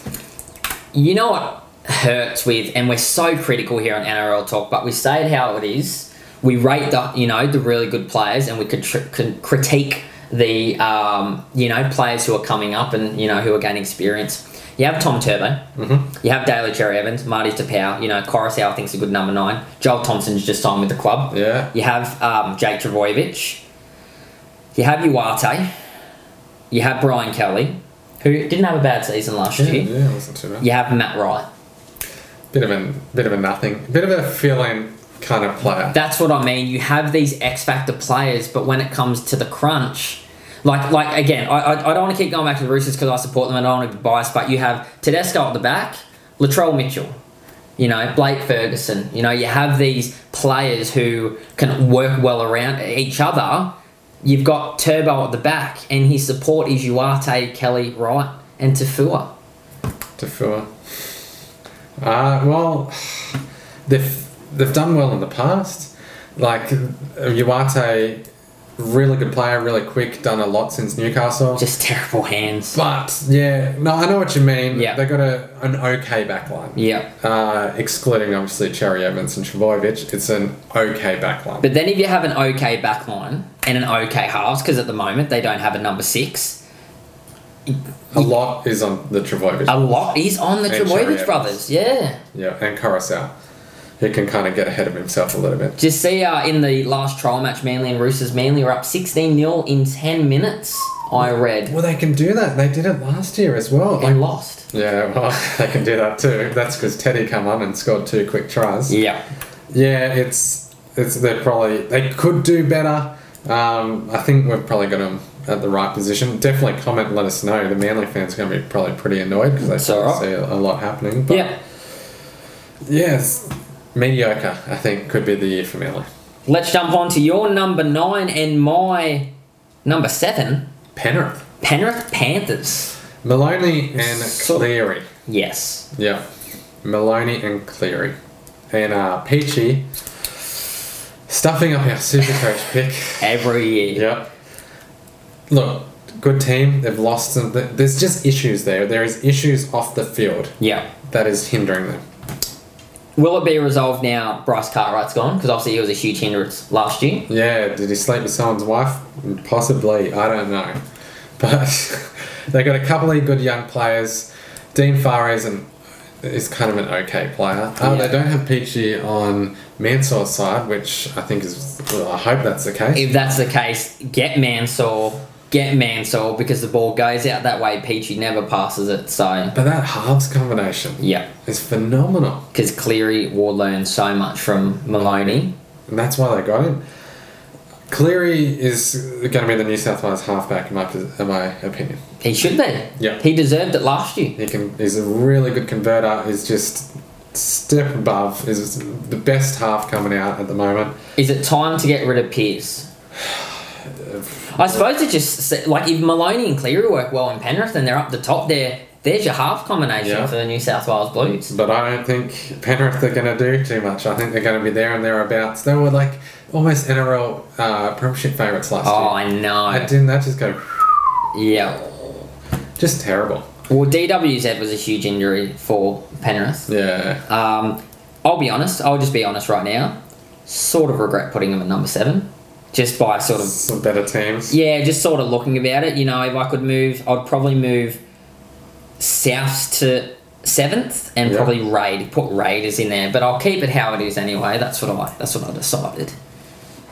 A: You know what hurts with, and we're so critical here on NRL Talk, but we say it how it is. We rate the you know the really good players, and we could tr- can critique the um, you know players who are coming up and you know who are gaining experience. You have Tom Turbo, mm-hmm. you have Daly Cherry Evans, Marty Tapau, you know Coruscant I think's a good number nine. Joel Thompson's just signed with the club.
B: Yeah.
A: You have um, Jake Travojevic. You have Uarte. You have Brian Kelly, who didn't have a bad season last year.
B: Yeah, it wasn't too bad.
A: You have Matt Wright.
B: Bit of a bit of a nothing. Bit of a fill in kind of player.
A: That's what I mean. You have these X factor players, but when it comes to the crunch, like like again, I I, I don't want to keep going back to the Roosters because I support them and I don't want to be biased. But you have Tedesco at the back, Latrell Mitchell, you know Blake Ferguson. You know you have these players who can work well around each other. You've got Turbo at the back, and his support is Uarte, Kelly, Wright, and Tafua.
B: Tafua. Uh, well, they've, they've done well in the past. Like, Uate, really good player, really quick, done a lot since Newcastle.
A: Just terrible hands.
B: but, yeah, no, I know what you mean.
A: Yeah.
B: They got a, an okay backline.
A: Yeah.
B: Uh, excluding, obviously, Cherry Evans and Travojevic, it's an okay backline.
A: But then if you have an okay back line and an okay halves, because at the moment they don't have a number six,
B: a lot is on the Travojevic.
A: a lot is on the
B: And Cherry
A: Trebojevic
B: Evans.
A: brothers. Yeah.
B: yeah, and Coruscant. He can kind of get ahead of himself a little bit.
A: Just see uh, in the last trial match, Manly and Roosters, Manly were up 16 0 in 10 minutes. I read
B: Well, they can do that. They did it last year as well. Like,
A: and lost.
B: yeah, well, they can do that too. That's because Teddy come on and scored two quick tries.
A: Yeah.
B: Yeah, it's it's they're probably they could do better. Um, I think we've probably got them at the right position. Definitely comment, and let us know. The Manly fans are going to be probably pretty annoyed because they
A: It's
B: sort of
A: alright.
B: see a, a lot happening. But
A: Yeah.
B: yes, mediocre. I think could be the year for Manly.
A: Let's jump on to your number nine and my number seven,
B: Penrith,
A: Penrith Panthers.
B: Maloney and
A: So-
B: Cleary.
A: Yes.
B: Yeah, Maloney and Cleary, and uh, Peachy stuffing up our super coach pick.
A: Every year.
B: Yep. Look, good team. They've lost some. th- There's just issues there. There is issues off the field
A: Yeah.
B: that is hindering them.
A: Will it be resolved now Bryce Cartwright's gone? Because obviously he was a huge hindrance last year.
B: Yeah, did he sleep with someone's wife? Possibly. I don't know. But they got a couple of good young players. Dean Farah is, an, is kind of an okay player. Uh,
A: Yeah.
B: They don't have Peachy on Mansour's side, which I think is. Well, I hope that's the case.
A: If that's the case, get Mansour. Get Mansour because the ball goes out that way. Peachy never passes it. So,
B: but that halves combination
A: yeah.
B: is phenomenal.
A: Because Cleary, Wardlow, and so much from Maloney.
B: and that's why they got him. Cleary is going to be the New South Wales halfback, in my, in my opinion.
A: He should be.
B: Yeah.
A: He deserved it last year.
B: He can. He's a really good converter. He's just step above. Is the best half coming out at the moment.
A: Is it time to get rid of Pierce? I suppose it just se- like if Maloney and Cleary work well in Penrith and they're up the top there, there's your half combination
B: Yeah.
A: for the New South Wales Blues.
B: But I don't think Penrith are going to do too much. I think they're going to be there and thereabouts. They were like almost NRL uh, premiership favourites last
A: Oh,
B: year.
A: I know.
B: I didn't that just go
A: yeah.
B: just terrible?
A: Well, DWZ was a huge injury for Penrith.
B: Yeah.
A: Um, I'll be honest. I'll just be honest right now. Sort of regret putting him at number seven, just by sort of
B: Some better teams.
A: Yeah, just sort of looking about it. You know, if I could move, I'd probably move south to seventh and
B: Yeah.
A: probably raid put raiders in there. But I'll keep it how it is anyway. That's what I that's what I decided.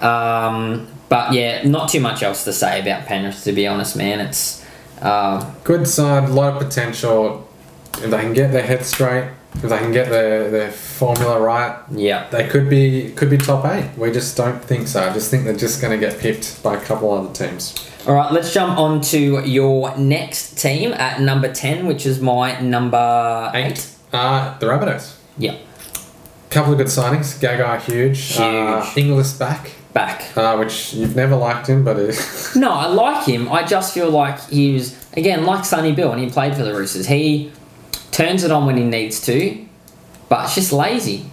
A: Um, but yeah, not too much else to say about Penrith to be honest, man. It's uh,
B: good side, a lot of potential. If they can get their head straight, if they can get their, their formula right,
A: yeah.
B: they could be could be top eight. We just don't think so. I just think they're just going to get pipped by a couple other teams.
A: All right, let's jump on to your next team at number ten, which is my number eight.
B: Uh, the Rabbitohs.
A: Yeah,
B: Couple of good signings. Gagai huge. Uh,
A: Huge.
B: Inglis back,
A: back.
B: uh, which you've never liked him, but uh, it,
A: No, I like him. I just feel like he was again like Sonny Bill when he played for the Roosters. He turns it on when he needs to, but it's just lazy.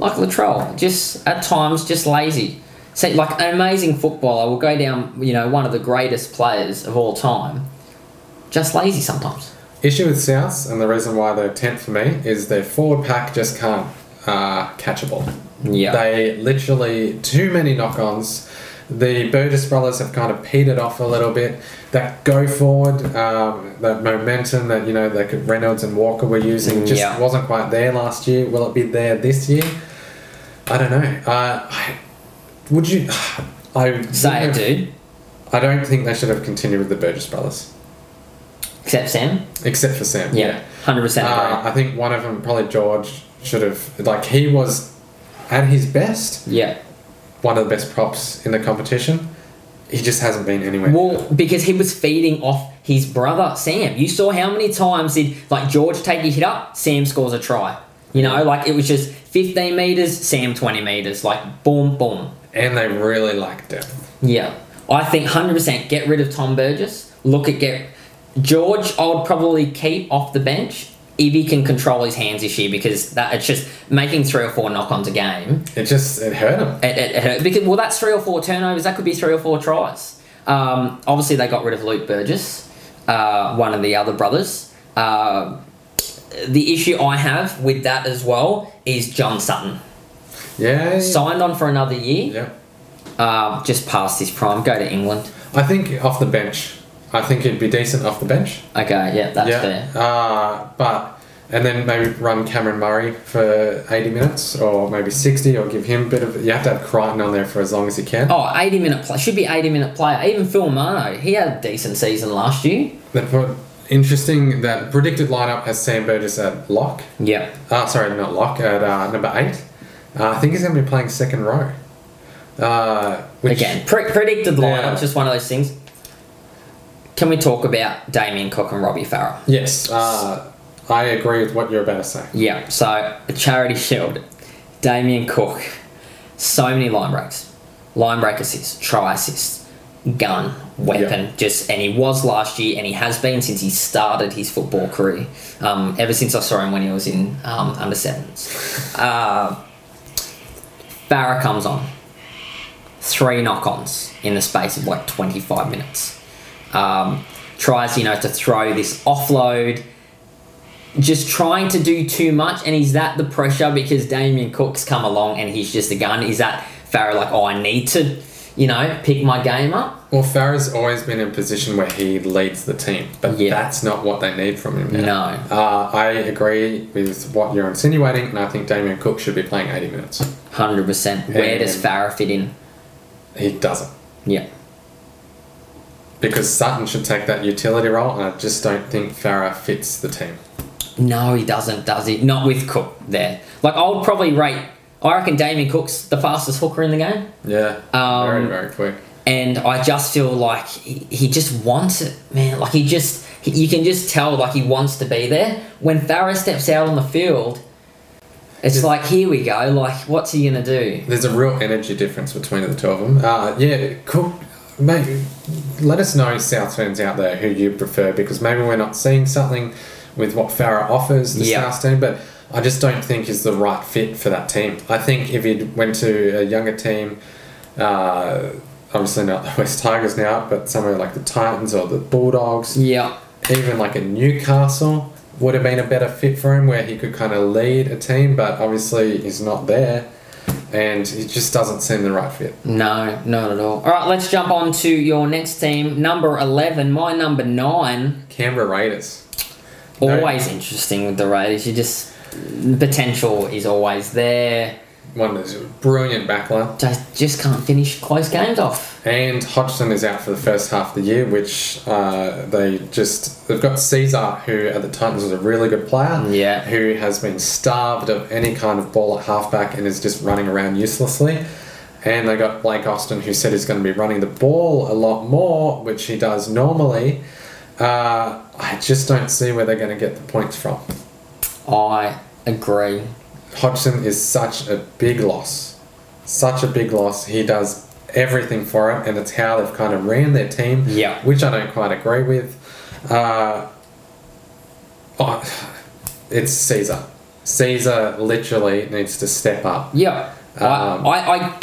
A: Like Latrell, just at times just lazy. See, like an amazing footballer will go down, you know, one of the greatest players of all time. Just lazy sometimes.
B: issue with Souths and the reason why they're tenth for me is their forward pack just can't uh, catch a ball.
A: Yeah.
B: They literally too many knock-ons. The Burgess brothers have kind of petered off a little bit. That go forward, um, that momentum that you know that could- Reynolds and Walker were using just
A: Mm, Yeah.
B: wasn't quite there last year. Will it be there this year? I don't know. Uh, I, would you? I wouldn't
A: Say it,
B: have-
A: dude.
B: I don't think they should have continued with the Burgess brothers,
A: Except Sam.
B: except for Sam.
A: Yeah. Hundred percent
B: Uh,
A: agree.
B: I think one of them, probably George, should have like he was at his best
A: Yeah.
B: one of the best props in the competition. He just hasn't been anywhere.
A: Well, because he was feeding off his brother Sam. You saw how many times did like George take a hit up, Sam scores a try. You know, like it was just fifteen meters, Sam twenty meters, like boom, boom.
B: and they really like depth.
A: Yeah, I think hundred percent get rid of Tom Burgess. Look at get George. I would probably keep off the bench if he can control his hands this year because that it's just making three or four knock ons a game.
B: It just it hurt him.
A: It, it, it hurt. because well, that's three or four turnovers. That could be three or four tries. Um, obviously, they got rid of Luke Burgess, uh, one of the other brothers. Uh, the issue I have with that as well is John Sutton
B: Yeah.
A: signed on for another year,
B: yeah.
A: uh, just past his prime. Go to England.
B: I think off the bench. I think he'd be decent off the bench.
A: Okay, yeah, that's
B: yeah.
A: fair.
B: Uh, but and then maybe run Cameron Murray for 80 minutes or maybe 60 or give him a bit of. You have to have Crichton on there for as long as you can.
A: Oh, 80 minute play. Should be 80 minute player. Even Phil Marno, he had a decent season last year.
B: They put interesting that predicted lineup has Sam Burgess at lock.
A: Yeah.
B: Uh, sorry, not lock, at uh, number eight. Uh, I think he's going to be playing second row. Uh, which,
A: Again, pre- predicted lineup,
B: Yeah.
A: just one of those things. Can we talk about Damien Cook and Robbie Farrell?
B: Yes, uh, I agree with what you're about to say.
A: Yeah, so the charity shield, Damien Cook, so many line breaks, line break assists, try assists, gun, weapon, just and he was last year and he has been since he started his football career. Um, ever since I saw him when he was in um, under sevens, uh, Farah comes on, three knock ons in the space of like twenty five minutes. Um, tries you know to throw this offload just trying to do too much, and is that the pressure because Damien Cook's come along and he's just a gun? Is that Farrell like, oh, I need to, you know, pick my game up?
B: Well, Farah's always been in a position where he leads the team, but
A: Yeah.
B: that's not what they need from him now.
A: No.
B: Uh, I agree with what you're insinuating, and I think Damien Cook should be playing 80 minutes.
A: Hundred percent. Where does Farrah fit in?
B: He doesn't.
A: Yeah,
B: Because Sutton should take that utility role, and I just don't think Farah fits the team.
A: no, he doesn't, does he? Not with Cook there. Like, I'll probably rate. I reckon Damien Cook's the fastest hooker in the game,
B: Yeah.
A: Um,
B: very, very quick.
A: and I just feel like he, he just wants it, man. Like he just, he, you can just tell like he wants to be there. When Farrah steps out on the field, it's like here we go. Like, what's he gonna do?
B: There's a real energy difference between the two of them. Uh, yeah, Cook, mate, let us know, South fans out there, who you prefer because maybe we're not seeing something with what Farah offers the
A: Yeah.
B: South team, but I just don't think is the right fit for that team. I think if he went to a younger team, uh, obviously not the West Tigers now, but somewhere like the Titans or the Bulldogs,
A: Yeah,
B: even like a Newcastle would have been a better fit for him where he could kind of lead a team, but obviously he's not there and he just doesn't seem the right fit.
A: no, not at all. All right, let's jump on to your next team, number eleven. My number nine.
B: Canberra Raiders. No.
A: Always interesting with the Raiders. You just potential is always there.
B: One is a brilliant backline.
A: Just just can't finish close games off.
B: And Hodgson is out for the first half of the year, which uh, they just. They've got Caesar, who at the Titans was a really good player.
A: Yeah.
B: Who has been starved of any kind of ball at halfback and is just running around uselessly. And they got Blake Austin, who said he's going to be running the ball a lot more, which he does normally. Uh, I just don't see where they're going to get the points from.
A: I agree.
B: Hodgson is such a big loss. Such a big loss. He does everything for it, and it's how they've kind of ran their team,
A: Yeah.
B: which I don't quite agree with. Uh, oh, it's Caesar. Caesar literally needs to step up.
A: Yeah,
B: Um,
A: I, I, I,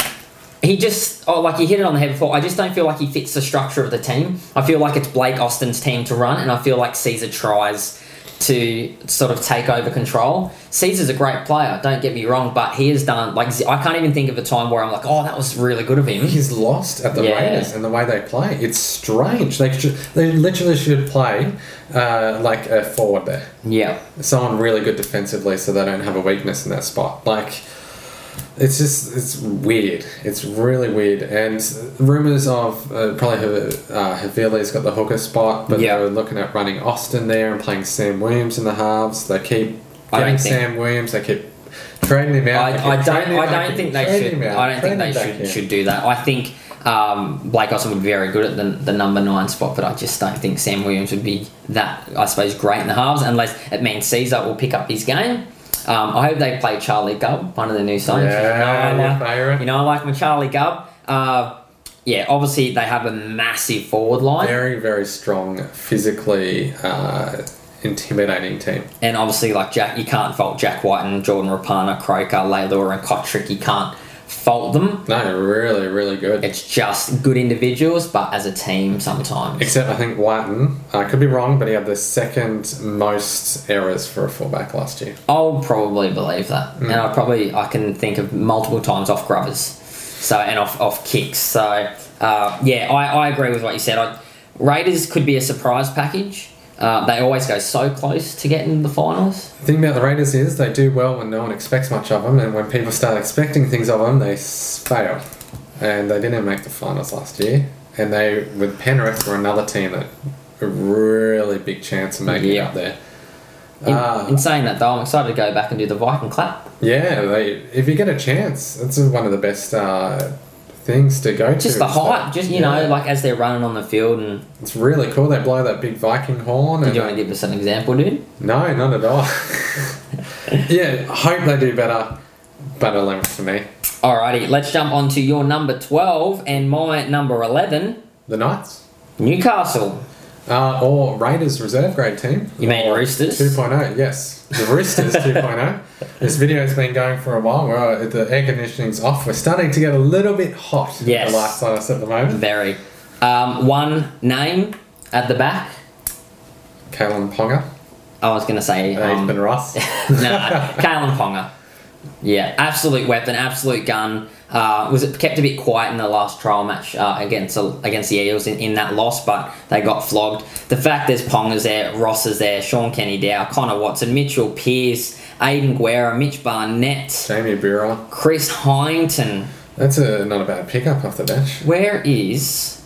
A: he just oh, like you hit it on the head before. I just don't feel like he fits the structure of the team. I feel like it's Blake Austin's team to run, and I feel like Caesar tries to sort of take over control. Caesar's a great player, don't get me wrong, but he has done like I can't even think of a time where I'm like, oh, that was really good of him.
B: He's lost at the
A: Yeah.
B: Raiders and the way they play. It's strange. They should, they literally should play uh, like a forward there.
A: Yeah,
B: someone really good defensively so they don't have a weakness in that spot. Like, it's just, it's weird. It's really weird. And rumours of uh, probably uh, Havili's got the hooker spot, but
A: Yeah.
B: they were looking at running Austin there and playing Sam Williams in the halves. They keep
A: I don't
B: getting
A: think-
B: Sam Williams, they keep trading him out.
A: I,
B: they keep
A: I don't.
B: trading him
A: I
B: out,
A: don't
B: keep
A: think they
B: trading
A: should.
B: him out,
A: I don't think they
B: trading him back
A: should
B: in.
A: should do that. I think um, Blake Austin would be very good at the, the number nine spot, but I just don't think Sam Williams would be that. I suppose great in the halves unless it means Caesar will pick up his game. Um, I hope they play Charlie Gubb, one of the new signings.
B: Yeah,
A: you, know, I
B: your
A: like-
B: favourite.
A: you know, I like my Charlie Gubb. Uh, yeah, obviously they have a massive forward line,
B: Very, very strong, physically uh, intimidating team.
A: and obviously like Jack, you can't fault Jack White and Jordan Rapana, Croker, Leilua, and Kotrick. You can't fault them.
B: No, really, really good.
A: it's just good individuals, but as a team sometimes.
B: Except I think Whiten, I could be wrong, but he had the second most errors for a fullback last year.
A: I'll probably believe that,
B: Mm.
A: and I probably I can think of multiple times off grubbers, so and off off kicks. So uh, yeah, I, I agree with what you said. I, Raiders could be a surprise package. Uh, they always go so close to getting the finals.
B: The thing about the Raiders is they do well when no one expects much of them, and when people start expecting things of them, they s- fail. And they didn't make the finals last year. And they, with Penrith, were another team that a really big chance of making
A: Yeah.
B: it up there.
A: In,
B: Ah.
A: in saying that, though, I'm excited to go back and do the Viking clap.
B: Yeah, they, if you get a chance, that's one of the best uh, things to go to.
A: Just the
B: It's like-
A: hype, just you know,
B: Yeah.
A: like as they're running on the field. And
B: It's really cool. They blow that big Viking horn.
A: did
B: And
A: you want to give us an example, dude?
B: No, not at all. yeah, hope they do better. Better limits for me.
A: Alrighty, let's jump on to your number twelve and my number eleven,
B: The Knights.
A: Newcastle.
B: Uh, or Raiders reserve grade team.
A: You mean Roosters?
B: 2.0, yes. The Roosters 2.0. This video's been going for a while. We're, uh, the air conditioning's off. We're starting to get a little bit hot
A: Yes.
B: in the lights on us at the moment.
A: Very. Um, one name at the back.
B: Kalen Ponga,
A: I was going to say. Um,
B: Ethan Ross.
A: nah, Kalen Ponga. Yeah, absolute weapon, absolute gun. Uh, was it kept a bit quiet in the last trial match uh, against against the Eels in, in that loss, but they got flogged. The fact there's Ponga's there, Ross is there, Sean Kenny Dow, Connor Watson, Mitchell Pearce, Aiden Guerra, Mitch Barnett,
B: Jamie Bura.
A: Chris Hyington.
B: That's a, not a bad pickup off the bench.
A: Where is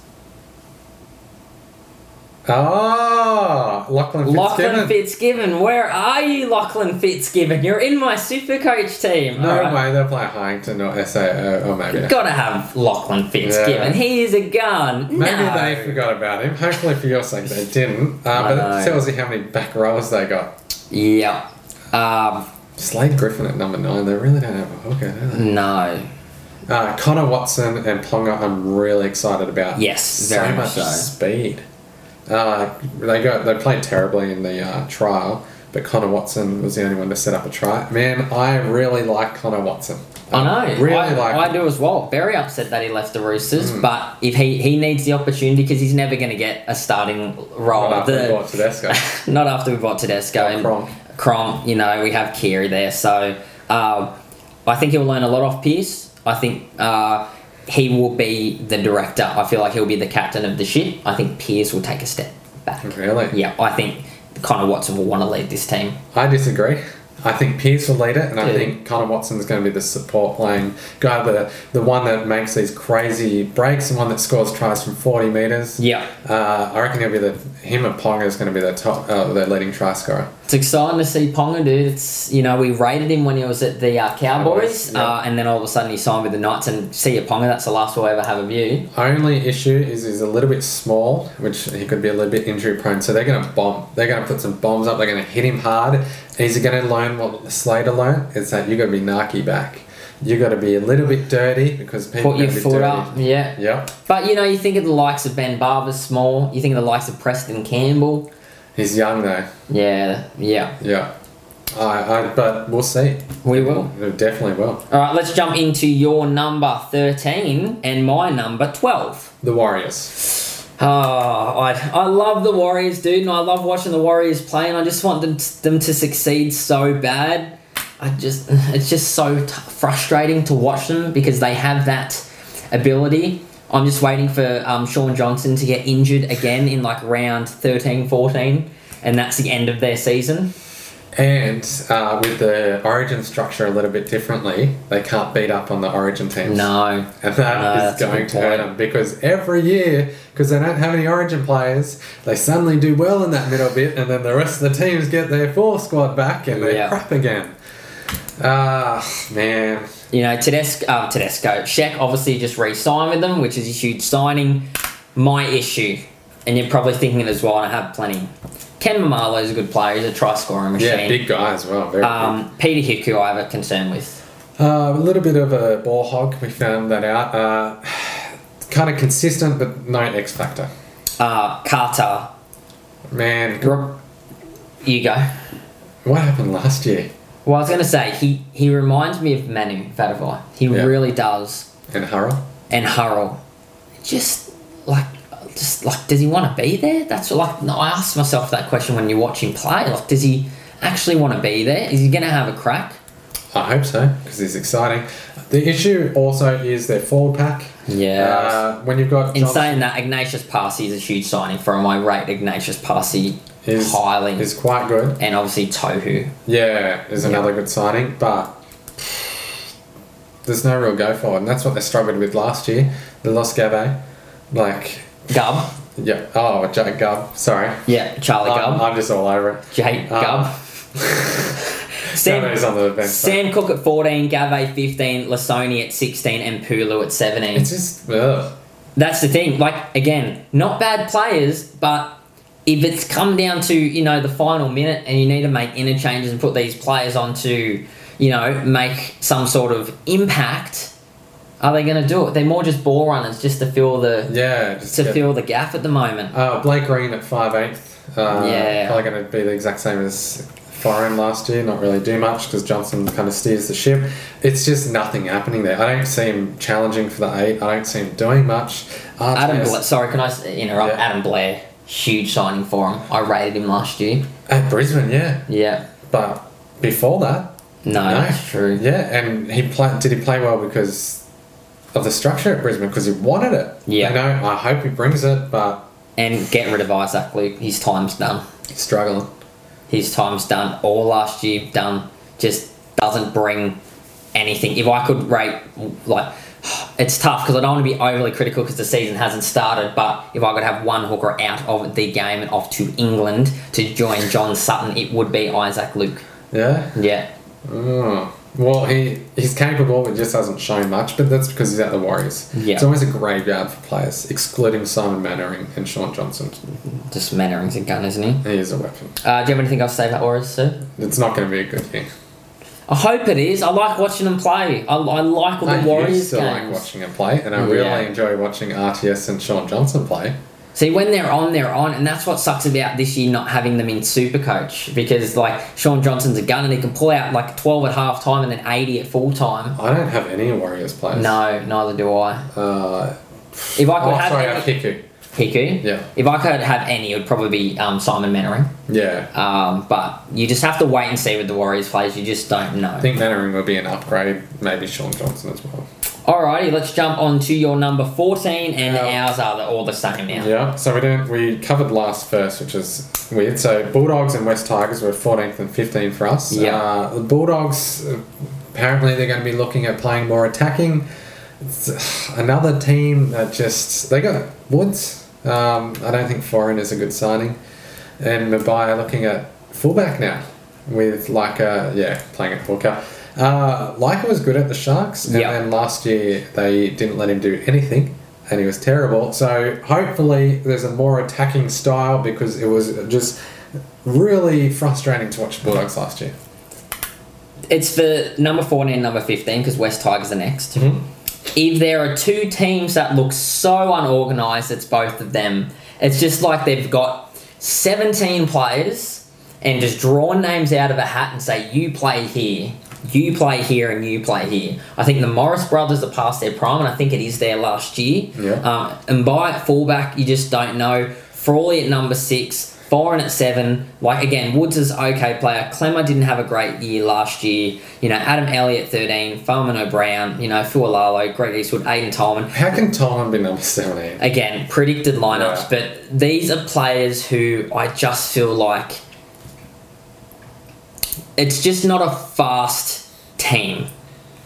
B: Ah, Lachlan
A: Lachlan
B: Fitzgibbon.
A: Fitzgibbon? Where are you, Lachlan Fitzgibbon? You're in my super coach team.
B: no
A: All right.
B: way, they'll play Hyington or SAO or maybe.
A: Gotta have Lachlan Fitzgibbon.
B: Yeah.
A: He is a gun.
B: Maybe
A: no.
B: they forgot about him. Hopefully, for your sake, they didn't. Uh,
A: I
B: but
A: know.
B: it tells you how many back rows they got.
A: Yeah. Um,
B: Slade Griffin at number nine. They really don't have a hooker, do they?
A: no.
B: Uh, Connor Watson and Ponga, I'm really excited about.
A: Yes, very much so.
B: speed. Uh, they got they played terribly in the uh, trial, but Connor Watson was the only one to set up a try. Man, I really like Connor Watson.
A: I know.
B: really
A: I,
B: like. Hmm.
A: I
B: him.
A: do as well. Very upset that he left the Roosters, but if he, he needs the opportunity because he's never going to get a starting role.
B: Not after
A: The-
B: we bought Tedesco.
A: not after we bought Tedesco
B: Or
A: and
B: Cronk.
A: Cronk, you know, we have Keary there. So um, I think he'll learn a lot off Pierce. I think uh, he will be the director. I feel like he'll be the captain of the ship. I think Pierce will take a step back.
B: really?
A: Yeah, I think Connor Watson will want to lead this team.
B: I disagree. I think Pierce will lead it, and I
A: Yeah.
B: think Connor Watson's going to be the support lane guy, the the one that makes these crazy breaks, the one that scores tries from forty meters.
A: Yeah.
B: Uh, I reckon he'll be the him and Ponga is going to be the top, uh, the leading try scorer.
A: It's exciting to see Ponga, dude. It's you know we rated him when he was at the uh, Cowboys,
B: Cowboys, yeah.
A: uh, and then all of a sudden he signed with the Knights. And see a Ponga, that's the last we'll ever have of you.
B: Only issue is he's a little bit small, which he could be a little bit injury prone. So they're going to bomb. They're going to put some bombs up. They're going to hit him hard. He's going to learn what Slater learned. It's that you got to be narky back. You got to be a little bit dirty because people
A: Put
B: are
A: your
B: gonna be
A: foot
B: dirty.
A: up, yeah.
B: Yep.
A: But you know, you think of the likes of Ben Barber, Small. You think of the likes of Preston Campbell.
B: He's young though.
A: Yeah, yeah,
B: Yeah. I, I, but we'll see.
A: we will.
B: We definitely will.
A: All right, let's jump into your number thirteen and my number twelve.
B: The Warriors.
A: Oh, I, I love the Warriors, dude, and I love watching the Warriors play, and I just want them to, them to succeed so bad. I just it's just so t- frustrating to watch them because they have that ability. I'm just waiting for um, Sean Johnson to get injured again in like round 13, 14, and that's the end of their season.
B: And uh, with the origin structure a little bit differently, they can't beat up on the origin teams.
A: No.
B: And
A: No,
B: that
A: that's
B: is
A: a good
B: going to hurt
A: point.
B: them because every year, because they don't have any origin players, they suddenly do well in that middle bit, and then the rest of the teams get their full squad back and they
A: Yeah.
B: crap again. Ah, man.
A: You know, Tedesco, uh, Tedesco, Sheck obviously just re-signed with them, which is a huge signing. My issue, and you're probably thinking it as well, and I have plenty. Ken Mamalo is a good player. He's a try-scoring machine.
B: Yeah, big guy as well. Very big.
A: um, Peter Hick, who I have a concern with.
B: Uh, a little bit of a ball hog. We found that out. Uh, kind of consistent, but no X factor.
A: Uh, Carter,
B: Man, g-
A: Rob- you go.
B: what happened last year?
A: Well, I was going to say, he, he reminds me of Manu Vadavai. He
B: Yeah.
A: really does.
B: And Harrell?
A: and Hurl. Just like, just like, does he want to be there? That's like, no, I asked myself that question when you watch him play. Like, does he actually want to be there? Is he going to have a crack?
B: I hope so, because he's exciting. The issue also is their forward pack.
A: Yeah.
B: Uh, when you've got
A: In
B: Johnson-
A: saying that, Ignatius Parsi is a huge signing for him. I rate Ignatius Parsi
B: He's,
A: highly.
B: he's quite good.
A: and obviously Tohu.
B: Yeah, is another good signing, but there's no real go for it. And that's what they struggled with last year. They lost Gabay. Like,
A: Gubb.
B: yeah. Oh, Jake Gubb. Sorry.
A: Yeah, Charlie
B: I'm,
A: Gubb.
B: I'm just all over it.
A: Jake
B: Um,
A: Gubb.
B: Gabay's
A: Sam,
B: on the bench. so-
A: Sam Cook at 14, Gave 15, Lasoni at 16, and Pulu at 17.
B: It's just, ugh.
A: That's the thing. Like, again, not bad players, but if it's come down to, you know, the final minute and you need to make interchanges and put these players on to, you know, make some sort of impact, are they going to do it? They're more just ball runners just to fill the.
B: Yeah. Just
A: To
B: get-
A: fill the gap at the moment.
B: Uh, Blake Green at 5'8". Uh,
A: Yeah.
B: Probably going to be the exact same as Foreign last year. Not really do much because Johnson kind of steers the ship. It's just nothing happening there. I don't see him challenging for the eight. I don't see him doing much. RTS,
A: Adam Blair, sorry, can I s- interrupt?
B: Yeah.
A: Adam Blair, huge signing for him. I rated him last year.
B: At Brisbane, yeah.
A: Yeah.
B: But before that,
A: No,
B: no.
A: that's true.
B: Yeah, and he pla did he play well because of the structure at Brisbane because he wanted it.
A: Yeah.
B: You know, I hope he brings it, but
A: And get rid of Isaac Luke. His time's done.
B: he's struggling.
A: His time's done. All last year done. Just doesn't bring anything. If I could rate, like, it's tough because I don't want to be overly critical because the season hasn't started. But if I could have one hooker out of the game and off to England to join John Sutton, it would be Isaac Luke.
B: Yeah.
A: Yeah.
B: Oh. Well, he he's capable, but just hasn't shown much. But that's because he's at the Warriors.
A: Yeah.
B: It's always a graveyard for players, excluding Simon Mannering and Sean Johnson.
A: Just Mannering's a gun, isn't he?
B: He is a weapon.
A: Uh, do you have anything else to say about Warriors, sir?
B: It's not going to be a good year.
A: I hope it is. I like watching them play. I, I like all the
B: I
A: Warriors
B: used to like
A: games.
B: watching him play, and I
A: Yeah.
B: really enjoy watching RTS and Sean Johnson play.
A: See, when they're on, they're on, and that's what sucks about this year not having them in Supercoach because like Sean Johnson's a gun and he can pull out like twelve at half time and then eighty at full time.
B: I don't have any Warriors players.
A: No, neither do I.
B: Uh,
A: If I could
B: oh,
A: have
B: sorry,
A: any,
B: I kick you.
A: Hiku,
B: Yeah.
A: If I could have any, it would probably be um, Simon Mannering.
B: Yeah.
A: Um, but you just have to wait and see with the Warriors players. You just don't know.
B: I think Mannering would be an upgrade, maybe Sean Johnson as well.
A: Alrighty, let's jump on to your number fourteen, and
B: Yeah.
A: ours are the- all the same now.
B: Yeah, so we didn't. We covered last first, which is weird. So Bulldogs and West Tigers were 14th and 15th for us.
A: Yeah.
B: Uh, the Bulldogs uh, apparently they're going to be looking at playing more attacking. It's another team that just they got Woods. Um, I don't think Foreign is a good signing, and Mabaya are looking at fullback now with Leica. Yeah, playing at hooker. Uh, Leica was good at the Sharks, and
A: Yeah.
B: then and last year they didn't let him do anything and he was terrible. So hopefully there's a more attacking style because it was just really frustrating to watch the Bulldogs last year.
A: It's for number 14 and number 15 because West Tigers are next. If there are two teams that look so unorganised, it's both of them. It's just like they've got 17 players and just drawn names out of a hat and say, you play here, you play here, and you play here. I think the Morris brothers are past their prime, and I think it is there last year.
B: Yeah.
A: Um, and by at fullback, you just don't know. Frawley at number six, Foreign at seven. Like again, Woods is okay player. Clemmer didn't have a great year last year. You know, Adam Elliott thirteen, Farman O'Brown. You know, Fualalo, Greg Eastwood, Aiden Tolman.
B: How can Tolan be number 17?
A: Again, predicted lineups,
B: Right.
A: but these are players who I just feel like it's just not a fast team.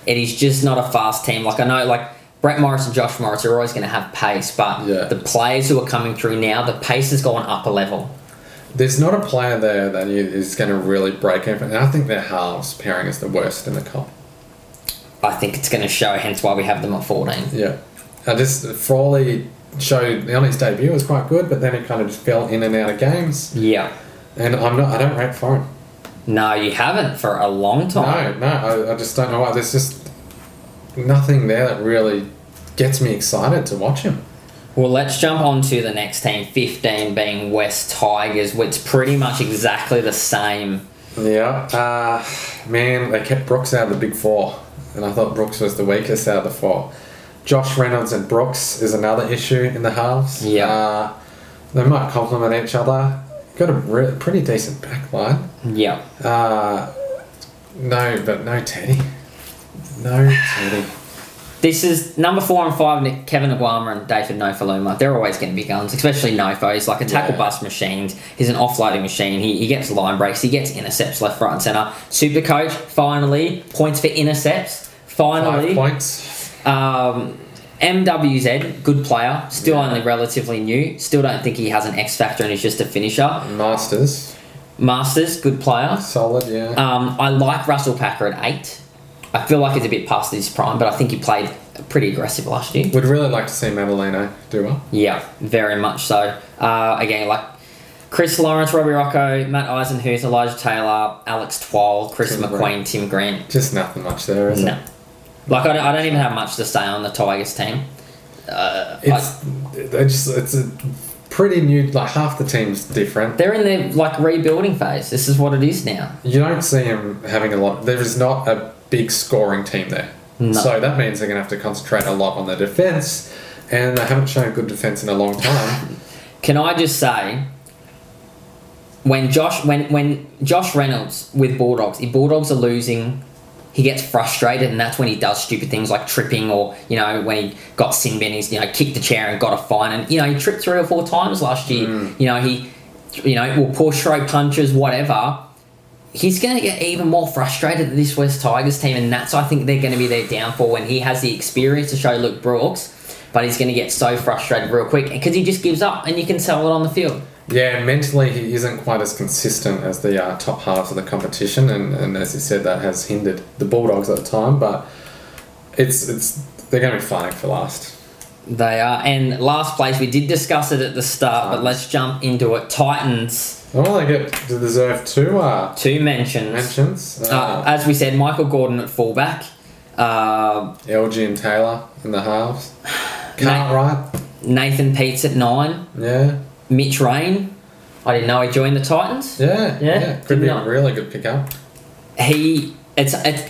A: It is just not a fast team. Like I know, like Brett Morris and Josh Morris are always going to have pace, but
B: Yeah.
A: the players who are coming through now, the pace has gone up a level.
B: There's not a player there that you- is going to really break it. And I think their halves pairing is the worst in the comp.
A: I think it's going to show. Hence why we have them at fourteen.
B: Yeah. I just, Frawley showed on his debut was quite good, but then he kind of just fell in and out of games.
A: Yeah.
B: And I'm not, I don't rate foreign.
A: No, you haven't for a long time.
B: No, no, I, I just don't know why. There's just nothing there that really gets me excited to watch him.
A: Well, let's jump on to the next team, 15 being West Tigers, which is pretty much exactly the same.
B: Yeah. Uh, man, they kept Brooks out of the big four, and I thought Brooks was the weakest out of the four. Josh Reynolds and Brooks is another issue in the halves.
A: Yeah.
B: Uh, they might complement each other. Got a re- pretty decent back line.
A: Yeah.
B: Uh, no, but no Teddy. No Teddy.
A: This is number four and five, Nick- Kevin Aguama and David Nofaluma. They're always going to be guns, especially Nofo. He's like a tackle
B: Yeah.
A: bust machine. He's an offloading machine. He, he gets line breaks. He gets intercepts left, right, and centre. Super coach, finally. Points for intercepts. Finally.
B: Five points.
A: Um, MWZ, good player, still only relatively new. Still don't think he has an X factor and he's just a finisher.
B: Masters.
A: Masters, good player.
B: Solid, yeah.
A: Um, I like Russell Packer at eight. I feel like he's a bit past his prime, but I think he played pretty aggressive last year.
B: Would really like to see Madaleno do well.
A: Yeah, very much so. Uh, again, like Chris Lawrence, Robbie Rocco, Matt Eisenhuth, Elijah Taylor, Alex Twile, Chris
B: Tim
A: McQueen,
B: Grant.
A: Tim Grant.
B: Just nothing much there, is
A: No.
B: it?
A: Like, I don't, I don't even have much to say on the Tigers team. Uh, I-
B: It's, they just, it's a pretty new, like half the team's different.
A: They're in their like rebuilding phase. This is what it is now.
B: You don't see them having a lot, there is not a big scoring team there.
A: No.
B: So that means they're going to have to concentrate a lot on their defence, and they haven't shown good defence in a long time.
A: Can I just say when Josh when when Josh Reynolds with Bulldogs, if Bulldogs are losing, he gets frustrated and that's when he does stupid things like tripping or, you know, when he got sin bin, he's, you know, kicked the chair and got a fine and you know, he tripped three or four times last year. You know, he you know, will push throw punches, whatever. He's going to get even more frustrated at this West Tigers team, and that's I think they're going to be their downfall when he has the experience to show Luke Brooks, but he's going to get so frustrated real quick because he just gives up, and you can sell it on the field.
B: yeah, mentally he isn't quite as consistent as the uh, top halves of the competition, and, and as you said, that has hindered the Bulldogs at the time. But it's it's they're going to be fighting for last.
A: They are, and last place we did discuss it at the start, but let's jump into it. Titans,
B: Oh, they get to deserve two uh,
A: two mentions.
B: mentions.
A: Uh,
B: Uh,
A: as we said, Michael Gordon at fullback. Uh,
B: LG and Taylor in the halves. Cartwright,
A: Nathan Peets at nine.
B: yeah,
A: Mitch Rain. I didn't know he joined the Titans.
B: yeah, yeah.
A: did
B: Could be
A: not.
B: a really good pickup.
A: he it's it's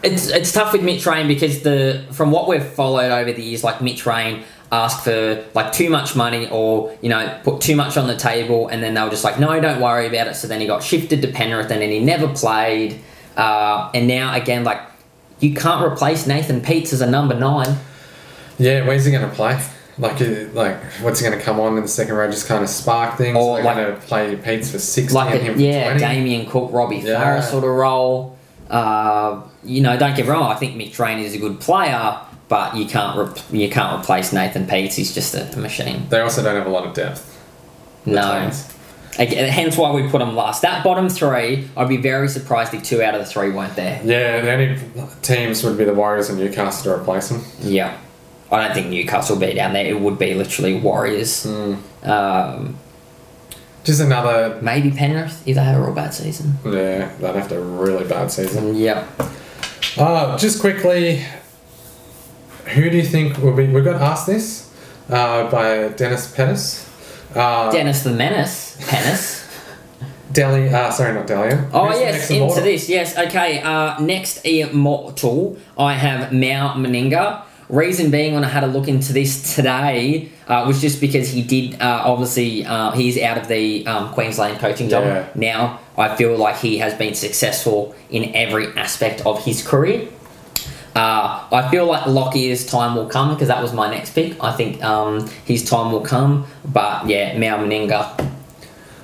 A: it's, it's tough with Mitch Rain because the from what we've followed over the years, like Mitch Rain asked for like too much money or you know put too much on the table, and then they were just like, no, don't worry about it. So then he got shifted to Penrith, and then he never played. Uh, and now again, like you can't replace Nathan Peets as a number nine.
B: Yeah, where's he going to play? Like, uh, like, what's he going to come on in the second row? Just kind of spark things.
A: Or
B: Or
A: like-
B: going to play Pete's for sixty
A: like
B: and him
A: a, yeah,
B: for twenty.
A: Damien Cook, Robbie
B: Yeah.
A: Farah sort of role. Uh, you know, don't get me wrong. I think Mick Drain is a good player, but you can't re- you can't replace Nathan Peets. He's just a, a machine.
B: They also don't have a lot of depth.
A: No,
B: Titans.
A: Again, hence why we put him last. That bottom three, I'd be very surprised if two out of the three weren't there.
B: Yeah, the only teams would be the Warriors and Newcastle to replace them.
A: Yeah, I don't think Newcastle will be down there. It would be literally Warriors.
B: Hmm.
A: Um,
B: Just another.
A: maybe Penrith if they have a real bad season.
B: Yeah, they'd have to really bad season.
A: Yeah.
B: Uh, just quickly, who do you think will be? We got asked this uh, by Dennis Pettis. Uh,
A: Dennis the Menace, Pennis.
B: Deli, uh, sorry, not Delia.
A: Oh
B: Who's
A: yes,
B: next in
A: into
B: order?
A: this. Yes, okay. Uh, next immortal, I have Mao Meninga. Reason being, when I had a look into this today, uh, was just because he did uh, obviously uh, he's out of the um, Queensland coaching job
B: Yeah.
A: now. I feel like he has been successful in every aspect of his career. Uh, I feel like Lockyer's time will come because that was my next pick. I think um, his time will come, but yeah, Mao Meninga.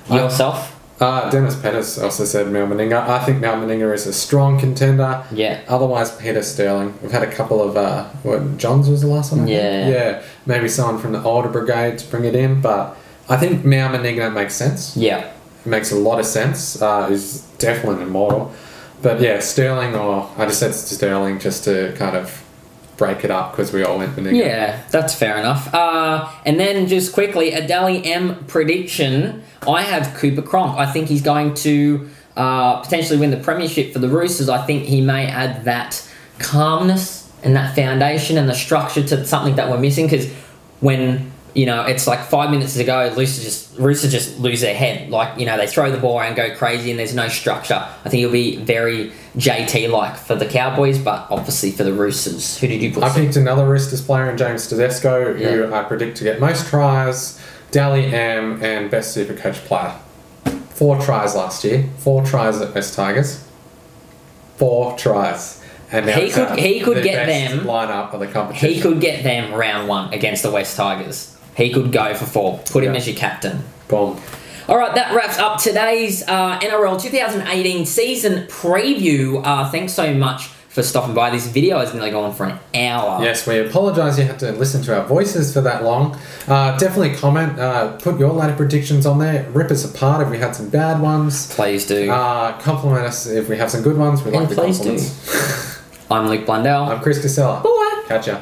A: Yourself,
B: Uh, Dennis Pettis also said Mel Meninga. I think Mel Meninga is a strong contender.
A: Yeah.
B: Otherwise, Peter Sterling. We've had a couple of uh, what Johns was the last one. I think?
A: Yeah.
B: Yeah. Maybe someone from the older brigade to bring it in, but I think Mel Meninga makes sense.
A: yeah.
B: It makes a lot of sense. Uh, he's definitely an immortal. But yeah, Sterling, or I just said Sterling just to kind of break it up because we all went Benigno.
A: Yeah, that's fair enough. Uh, and then just quickly, a Dally M prediction. I have Cooper Cronk. I think he's going to uh, potentially win the premiership for the Roosters. I think he may add that calmness and that foundation and the structure to something that we're missing because when you know it's like five minutes ago roosters just roosters just lose their head like you know they throw the ball and go crazy and there's no structure i think it'll be very jt like for the cowboys but obviously for the roosters who did you put
B: I picked another Roosters player in James Tedesco, who I predict to get most tries, Dally M, and best super coach player. Four tries last year, four tries at West Tigers, four tries. And now
A: He
B: it's
A: could-
B: out.
A: he could
B: The
A: get
B: best
A: them.
B: lineup of the competition.
A: He could get them round one against the West Tigers. He could go for four. Put him
B: Yeah.
A: as your captain.
B: Boom.
A: All right, that wraps up today's uh, NRL 2018 season preview. Uh, thanks so much for stopping by. This video has nearly gone for an hour.
B: Yes, we apologise. You had to listen to our voices for that long. Uh, definitely comment. Uh, put your ladder predictions on there. Rip us apart if we had some bad ones.
A: Please do.
B: Uh, compliment us if we have some good ones. We
A: And
B: like the
A: please do.
B: compliments.
A: I'm Luke Blundell.
B: I'm Chris Casella.
A: Bye.
B: Catch ya.